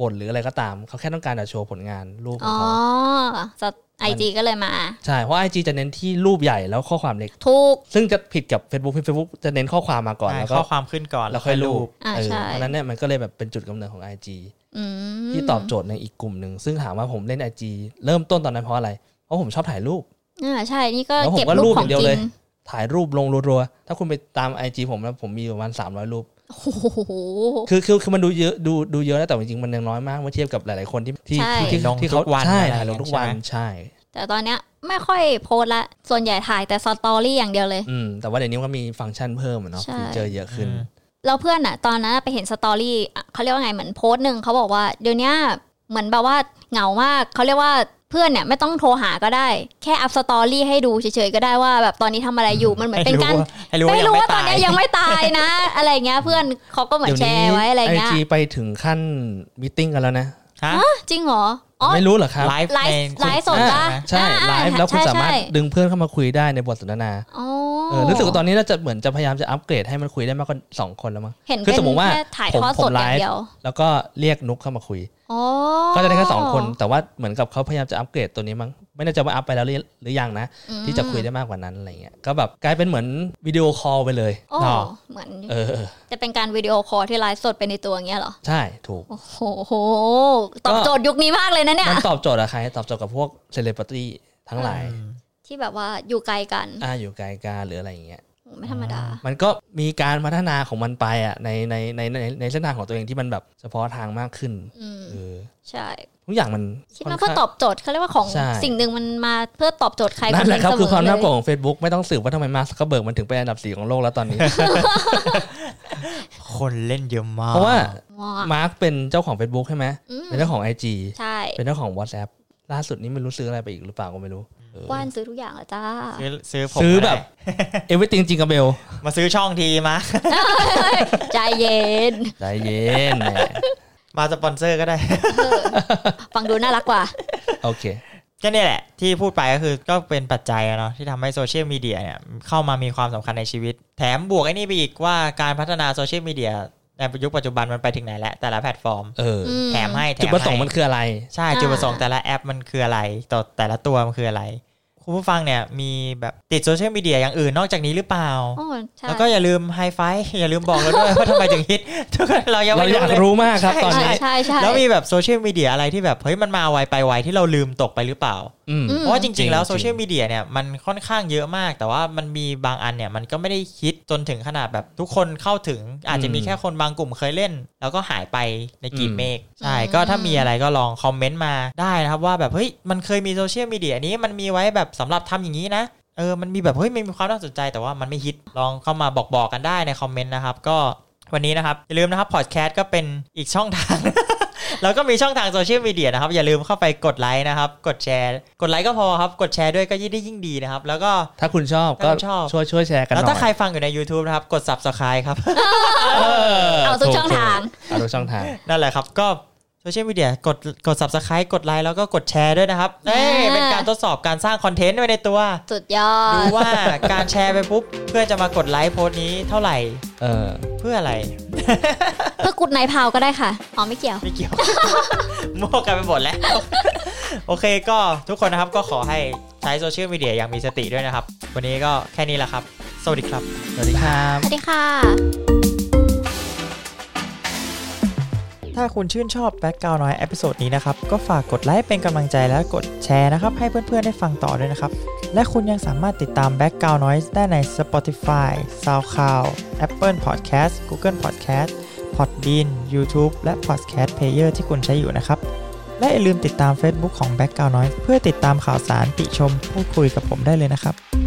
Speaker 4: บ่นหรืออะไรก็ตาม เขาแค่ต้องการจะโชว์ผลงานรูปขอ
Speaker 3: อ๋
Speaker 4: ง
Speaker 3: อ
Speaker 4: เขา
Speaker 3: ไอจีก็เลยมา
Speaker 4: ใช่ เพราะ IG จะเน้นที่รูปใหญ่แล้วข้อความเล็ก
Speaker 3: ถูก
Speaker 4: ซึ่งจะผิดกับ Facebook ที่ Facebook จะเน้นข้อความมาก่อน แล้วก็
Speaker 2: ข้อความขึ้นก่อน
Speaker 4: แล้วค่อยรูป
Speaker 3: อ่า
Speaker 4: เออ
Speaker 3: ใช่
Speaker 4: เพราะฉะนั้นเนี่ยมันก็เลยแบบเป็นจุดกำเนิดของ IG
Speaker 3: อืม
Speaker 4: ที่ตอบโจทย์ในอีกกลุ่มหนึ่ง ซึ่งถามว่าผมเล่น IG เริ่มต้นตอนนั้นเพราะอะไร เพราะผมชอบถ่ายรูป
Speaker 3: อ่าใช่ นี่ก็
Speaker 4: แล้วผม
Speaker 3: เก็บ
Speaker 4: ก็รู
Speaker 3: รู
Speaker 4: ป
Speaker 3: ปข
Speaker 4: อ
Speaker 3: อง
Speaker 4: ย่า
Speaker 3: ง
Speaker 4: เดียว
Speaker 3: กิ
Speaker 4: เลย
Speaker 3: น
Speaker 4: ถ่ายรูปลงรัวๆ ถ้าคุณไปตาม IG ผมแล้วผมมีอยู่ประมาณ300 รูป
Speaker 3: โอ้โห
Speaker 4: คือคือคือมันดูเยอะดูดูเยอะนะแต่จริงๆมันยังน้อยมากเมื่อเทียบกับหลายๆคนที่ที่
Speaker 3: ใช่
Speaker 4: ที่ที่
Speaker 2: ลง
Speaker 4: ที่
Speaker 2: ทุ
Speaker 4: เขา
Speaker 2: กวัน
Speaker 4: ใช่
Speaker 2: อะไร
Speaker 4: ถ่ายลงทุกวัน
Speaker 2: ใช่ไหม
Speaker 4: ใช่
Speaker 3: แต่ตอนเนี้ยไม่ค่อยโพสต์ละ ส่วนใหญ่ถ่ายแต่สตอรี่อย่างเดียวเลย
Speaker 4: อืมแต่ว่าเดี๋ยวนี้มันก็มีฟังก์ชันเพิ่มอะเนาะ
Speaker 3: ใช่
Speaker 4: ฟีเจอร์เยอะขึ้น
Speaker 2: อืม
Speaker 3: แล้วเพื่อนอะตอนนั้นไปเห็นสตอรี่อะเขาเรียกว่าไงเหมือนโพสต์หนึ่งเขาบอกว่าเดี๋ยวเนี้ยเหมือนแบบว่าเหงามากเขาเรียกว่าเพื่อนเนี่ยไม่ต้องโทรหาก็ได้ แค่อัพสตอรี่ให้ดูเฉยๆก็ได้ว่า แบบตอนนี้ทำอะไรอยู่มันเหมือนเป็นการ
Speaker 2: ให้รู้
Speaker 3: ไม่
Speaker 2: ให้
Speaker 3: รู้
Speaker 2: รู้
Speaker 3: ว่า
Speaker 2: ว่า
Speaker 3: ต
Speaker 2: ต
Speaker 3: อ
Speaker 2: อน น
Speaker 3: เนี้
Speaker 2: นี้
Speaker 3: ย
Speaker 2: ยั
Speaker 3: ยัง ง
Speaker 2: ไม่ตาย
Speaker 3: ไม่ตายนะ อะไรเงี้ยเพื่อนเขาก็เหมือนแชร์ไว้อะไรเงี้ย
Speaker 4: จีไปถึงขั้นมตติ팅กันแล้วนะ
Speaker 2: ฮะ
Speaker 3: จริงเหรออ๋อ
Speaker 4: ไม่รู้เหรอครับ
Speaker 2: ไลฟ์
Speaker 3: ไลฟ์
Speaker 2: ใน
Speaker 3: ไลฟ์สด
Speaker 2: อ่า
Speaker 3: ปะ
Speaker 4: ใช่
Speaker 3: อ่า
Speaker 4: ไลฟ์แล้วคุณ
Speaker 3: ใช่
Speaker 4: สามารถ
Speaker 3: ใช่
Speaker 4: ดึงเพื่อนเข้ามาคุยได้ในบทสนทนา
Speaker 3: อ๋อ
Speaker 4: เออรู้สึกว่าตอนนี้น่าจะเหมือนจะพยายามจะอัปเกรดให้มันคุยได้มากกว่าสองคนแล้วมั้ง
Speaker 3: เห็น
Speaker 4: คือ
Speaker 3: เป็น
Speaker 4: สมมุติว่า
Speaker 3: แค่ถ่าย
Speaker 4: ผม
Speaker 3: ทอด
Speaker 4: ผ
Speaker 3: สด
Speaker 4: ม
Speaker 3: อย่าง
Speaker 4: ไลฟ์
Speaker 3: เดียว
Speaker 4: แล้วก็เรียกนุกเข้ามาคุย
Speaker 3: อ๋อ
Speaker 4: ก็จะได้แค่สองคน แต่ว่าเหมือนกับเขาพยายามจะอัปเกรดตัวนี้มั้งไม่แน่ใจว่าอัปไปแล้วหรือหรือยังนะ
Speaker 3: อืม
Speaker 4: ที่จะคุยได้มากกว่านั้นอะไรเงี้ย ก็แบบกลายเป็นเหมือนวิดีโอคอลไปเลย
Speaker 3: โอ้
Speaker 4: เนาะ
Speaker 3: เหมือน
Speaker 4: เออ
Speaker 3: จะเป็นการวิดีโอคอลที่ไลฟ์สดไปในตัวอย่างเงี้ยเหรอ
Speaker 4: ใช่ถูก
Speaker 3: โอ้โหตอบโจทย์ยุคนี้มากเลยนะเนี่ย
Speaker 4: มันตอบโจทย์อะใคร ตอบโจทย์กับพวกเซเลบริตี้ทั้งหลาย
Speaker 2: อืม
Speaker 3: ที่แบบว่าอยู่ไกลกัน
Speaker 4: อ่าอยู่ไกลกาหรืออะไรอย่างเงี้ย
Speaker 3: ไม่ธรรมดา
Speaker 4: มันก็มีการพัฒนาของมันไปอ่ะในในในในในเส้นทางของตัวเองที่มันแบบเฉพาะทางมากขึ้น
Speaker 3: อืม
Speaker 4: เออ
Speaker 3: ใช่
Speaker 4: ทุกอย่างมัน
Speaker 3: คิดมา
Speaker 4: ค่
Speaker 3: เพื่
Speaker 4: น
Speaker 3: อ
Speaker 4: ข้ง
Speaker 3: ตอบโจทย์เขาเรียกว่าของ
Speaker 4: ใช่
Speaker 3: สิ่งหนึ่งมันมาเพื่อตอบโจทย์ใคร
Speaker 4: นั่นแหละครับ
Speaker 3: นห
Speaker 4: คื
Speaker 3: นึ่
Speaker 4: อง ความน่ากลัว
Speaker 3: เสมอเลย
Speaker 4: ของ Facebook ไม่ต้องสืบว่าทำไมมาร์คซักเบิร์กมันถึงเป็นอันดับสี่ของโลกแล้วตอนนี้
Speaker 2: คนเล่นเยอะมาก
Speaker 4: เพราะว่า
Speaker 3: ว้า
Speaker 4: มาร์คเป็นเจ้าของ Facebook ใช่ไหม
Speaker 3: อืม
Speaker 4: เป็นเจ้าของ IG
Speaker 3: ใช่
Speaker 4: เป็นเจ้าของ WhatsApp ล่าสุดนี้ไม่รู้ซื้ออะไรไปอีกหรือเปล่าก็ไม่รู้เออ
Speaker 3: กว้านซื้อทุกอย่างเหรอจ้า
Speaker 2: ซื้อซื้อผม
Speaker 4: ซื้อ
Speaker 2: ก็ได้
Speaker 4: แบบ เอเวอร์ติงจริงกับเบล
Speaker 2: มาซื้อ ช่องทีมา
Speaker 3: ใจเย็ น
Speaker 4: ใจเย็น แหม
Speaker 2: มาสปอนเซอร์ก็ได้
Speaker 3: ฟังดูน่ารักกว่า
Speaker 4: โอเค
Speaker 2: ก็เนี่ยแหละที่พูดไปก็คือก็เป็นปัจจัยอะเนาะที่ทำให้โซเชียลมีเดียเนี่ยเข้ามามีความสำคัญในชีวิต แถมบวกไอ้นี่ไปอีกว่าการพัฒนาโซเชียลมีเดียในยุคปัจจุบันมันไปถึงไหนแล้ว แต่ละแพลตฟอร์ม
Speaker 4: เอออ
Speaker 3: ม
Speaker 2: แถมให้แถ
Speaker 4: จุด
Speaker 2: ม
Speaker 4: ประสงค์
Speaker 2: ให้
Speaker 4: มันคืออะไร
Speaker 2: ใช่
Speaker 3: อ่า
Speaker 2: จุดประสงค์แต่ละแอปมันคืออะไรต่อแต่ละตัวมันคืออะไร คุณผู้ฟังเนี่ยมีแบบติดโซเชียลมีเดียอย่างอื่นนอกจากนี้หรือเปล่า
Speaker 3: โอ้ใช่
Speaker 2: แล้วก็อย่าลืมไฮไฟ อย่าลืมบอกเราด้วย ว่าทำไมถึงฮิตทุกคนเรายัง
Speaker 4: เรา
Speaker 2: ไม่
Speaker 4: อ
Speaker 2: รู้
Speaker 4: ยาก
Speaker 2: เลย
Speaker 4: รู้มากครับตอน
Speaker 3: ใช่
Speaker 4: นี้
Speaker 3: ใช่ใช่
Speaker 2: แล้วมีแบบโซเชียลมีเดียอะไรที่แบบ เฮ้ย มันมาไวไปไวที่เราลืมตกไปหรือเปล่า
Speaker 4: อืม
Speaker 3: อืม
Speaker 2: เพราะว่าจ
Speaker 4: จริ
Speaker 2: ริงๆ
Speaker 4: ง
Speaker 2: แล้ว
Speaker 4: จริง
Speaker 2: โซเชียลมีเดียเนี่ยมันค่อนข้างเยอะมาก แต่ว่ามันมีบางอันเนี่ยมันก็ไม่ได้ฮิตจนถึงขนาดแบบทุกคนเข้าถึงอาจจะมีแค่คนบางกลุ่มเคยเล่น แล้วก็หายไปในกลิ่นเมฆใช่
Speaker 3: อืม
Speaker 2: ก็ถ้ามีอะไรก็ลองคอมเมนต์มาได้นะครับว่าแบบเฮ้ยมันเคยมีโซเชียลมีเดียนี้มันมีไว้แบบสำหรับทำอย่างนี้นะเออมันมีแบบเฮ้ยมันมีความน่าสนใจแต่ว่ามันไม่ฮิตลองเข้ามาบอกบอกกันได้ในคอมเมนต์นะครับก็วันนี้นะครับอย่าลืมนะครับพอดแคสต์ก็เป็นอีกช่องท าง แล้วก็มีช่องทางโซเชียลมีเดียนะครับ อย่าลืมเข้าไปกดไลค์นะครับ กดแชร์ กดไลค์ก็พอครับ กดแชร์ด้วยก็ยิ่งได้ยิ่งดีนะครับ แล้วก็
Speaker 4: ถ้าคุณชอบก็
Speaker 2: ถ้าคุณชอบ
Speaker 4: ช่วยช่วยแชร์กันห
Speaker 2: แล้ว
Speaker 4: น่อย
Speaker 2: ถ้าใครฟังอยู่ใน YouTube นะครับ กด Subscribe ครับ
Speaker 4: เอ
Speaker 3: เอาทุกช่องทาง
Speaker 4: เอาทุกช่องทาง
Speaker 2: นั่นแหละครับ ก็โซเชียลมีเดียกดกด Subscribe กดไลค์แล้วก็กดแชร์ด้วยนะครับเอ้ย
Speaker 3: อ่า
Speaker 2: เป็นการทดสอบการสร้างคอนเทนต์ไว้ในตัว
Speaker 3: สุดยอ
Speaker 2: ดู
Speaker 3: ด
Speaker 2: ว่าการแชร์ไปปุ๊บ เพื่อนจะมากดไลค์โพสต์นี้เท่าไหร่
Speaker 4: เออ
Speaker 2: เพื่ออะไร
Speaker 3: เพื่อกุดไนท์พาวก็ได้ค่ะอ๋อไม่เกี่ยว
Speaker 2: ไม่เกี่ยว โม่กันไปหมดแล้ว โอเคก็ทุกคนนะครับก็ขอให้ใช้โซเชียลมีเดียอย่างมีสติด้วยนะครับ วันนี้ก็แค่นี้แหละครับ สวัสดีครับ
Speaker 4: สวัสดีครับ
Speaker 3: สวัสดีค่ะ
Speaker 2: ถ้าคุณชื่นชอบแบ็กกราวน้อยเอพิโซดนี้นะครับ ก็ฝากกดไลค์เป็นกำลังใจและกดแชร์นะครับ ให้เพื่อนๆได้ฟังต่อด้วยนะครับ และคุณยังสามารถติดตามแบ็กกราวน้อยได้ใน Spotify, SoundCloud, Apple Podcast, Google Podcast, Podbean, YouTube และ Podcast Player ที่คุณใช้อยู่นะครับ และอย่าลืมติดตาม Facebook ของ b a c k g r o u n d Noise เพื่อติดตามข่าวสารติชมพูดคุยกับผมได้เลยนะครับ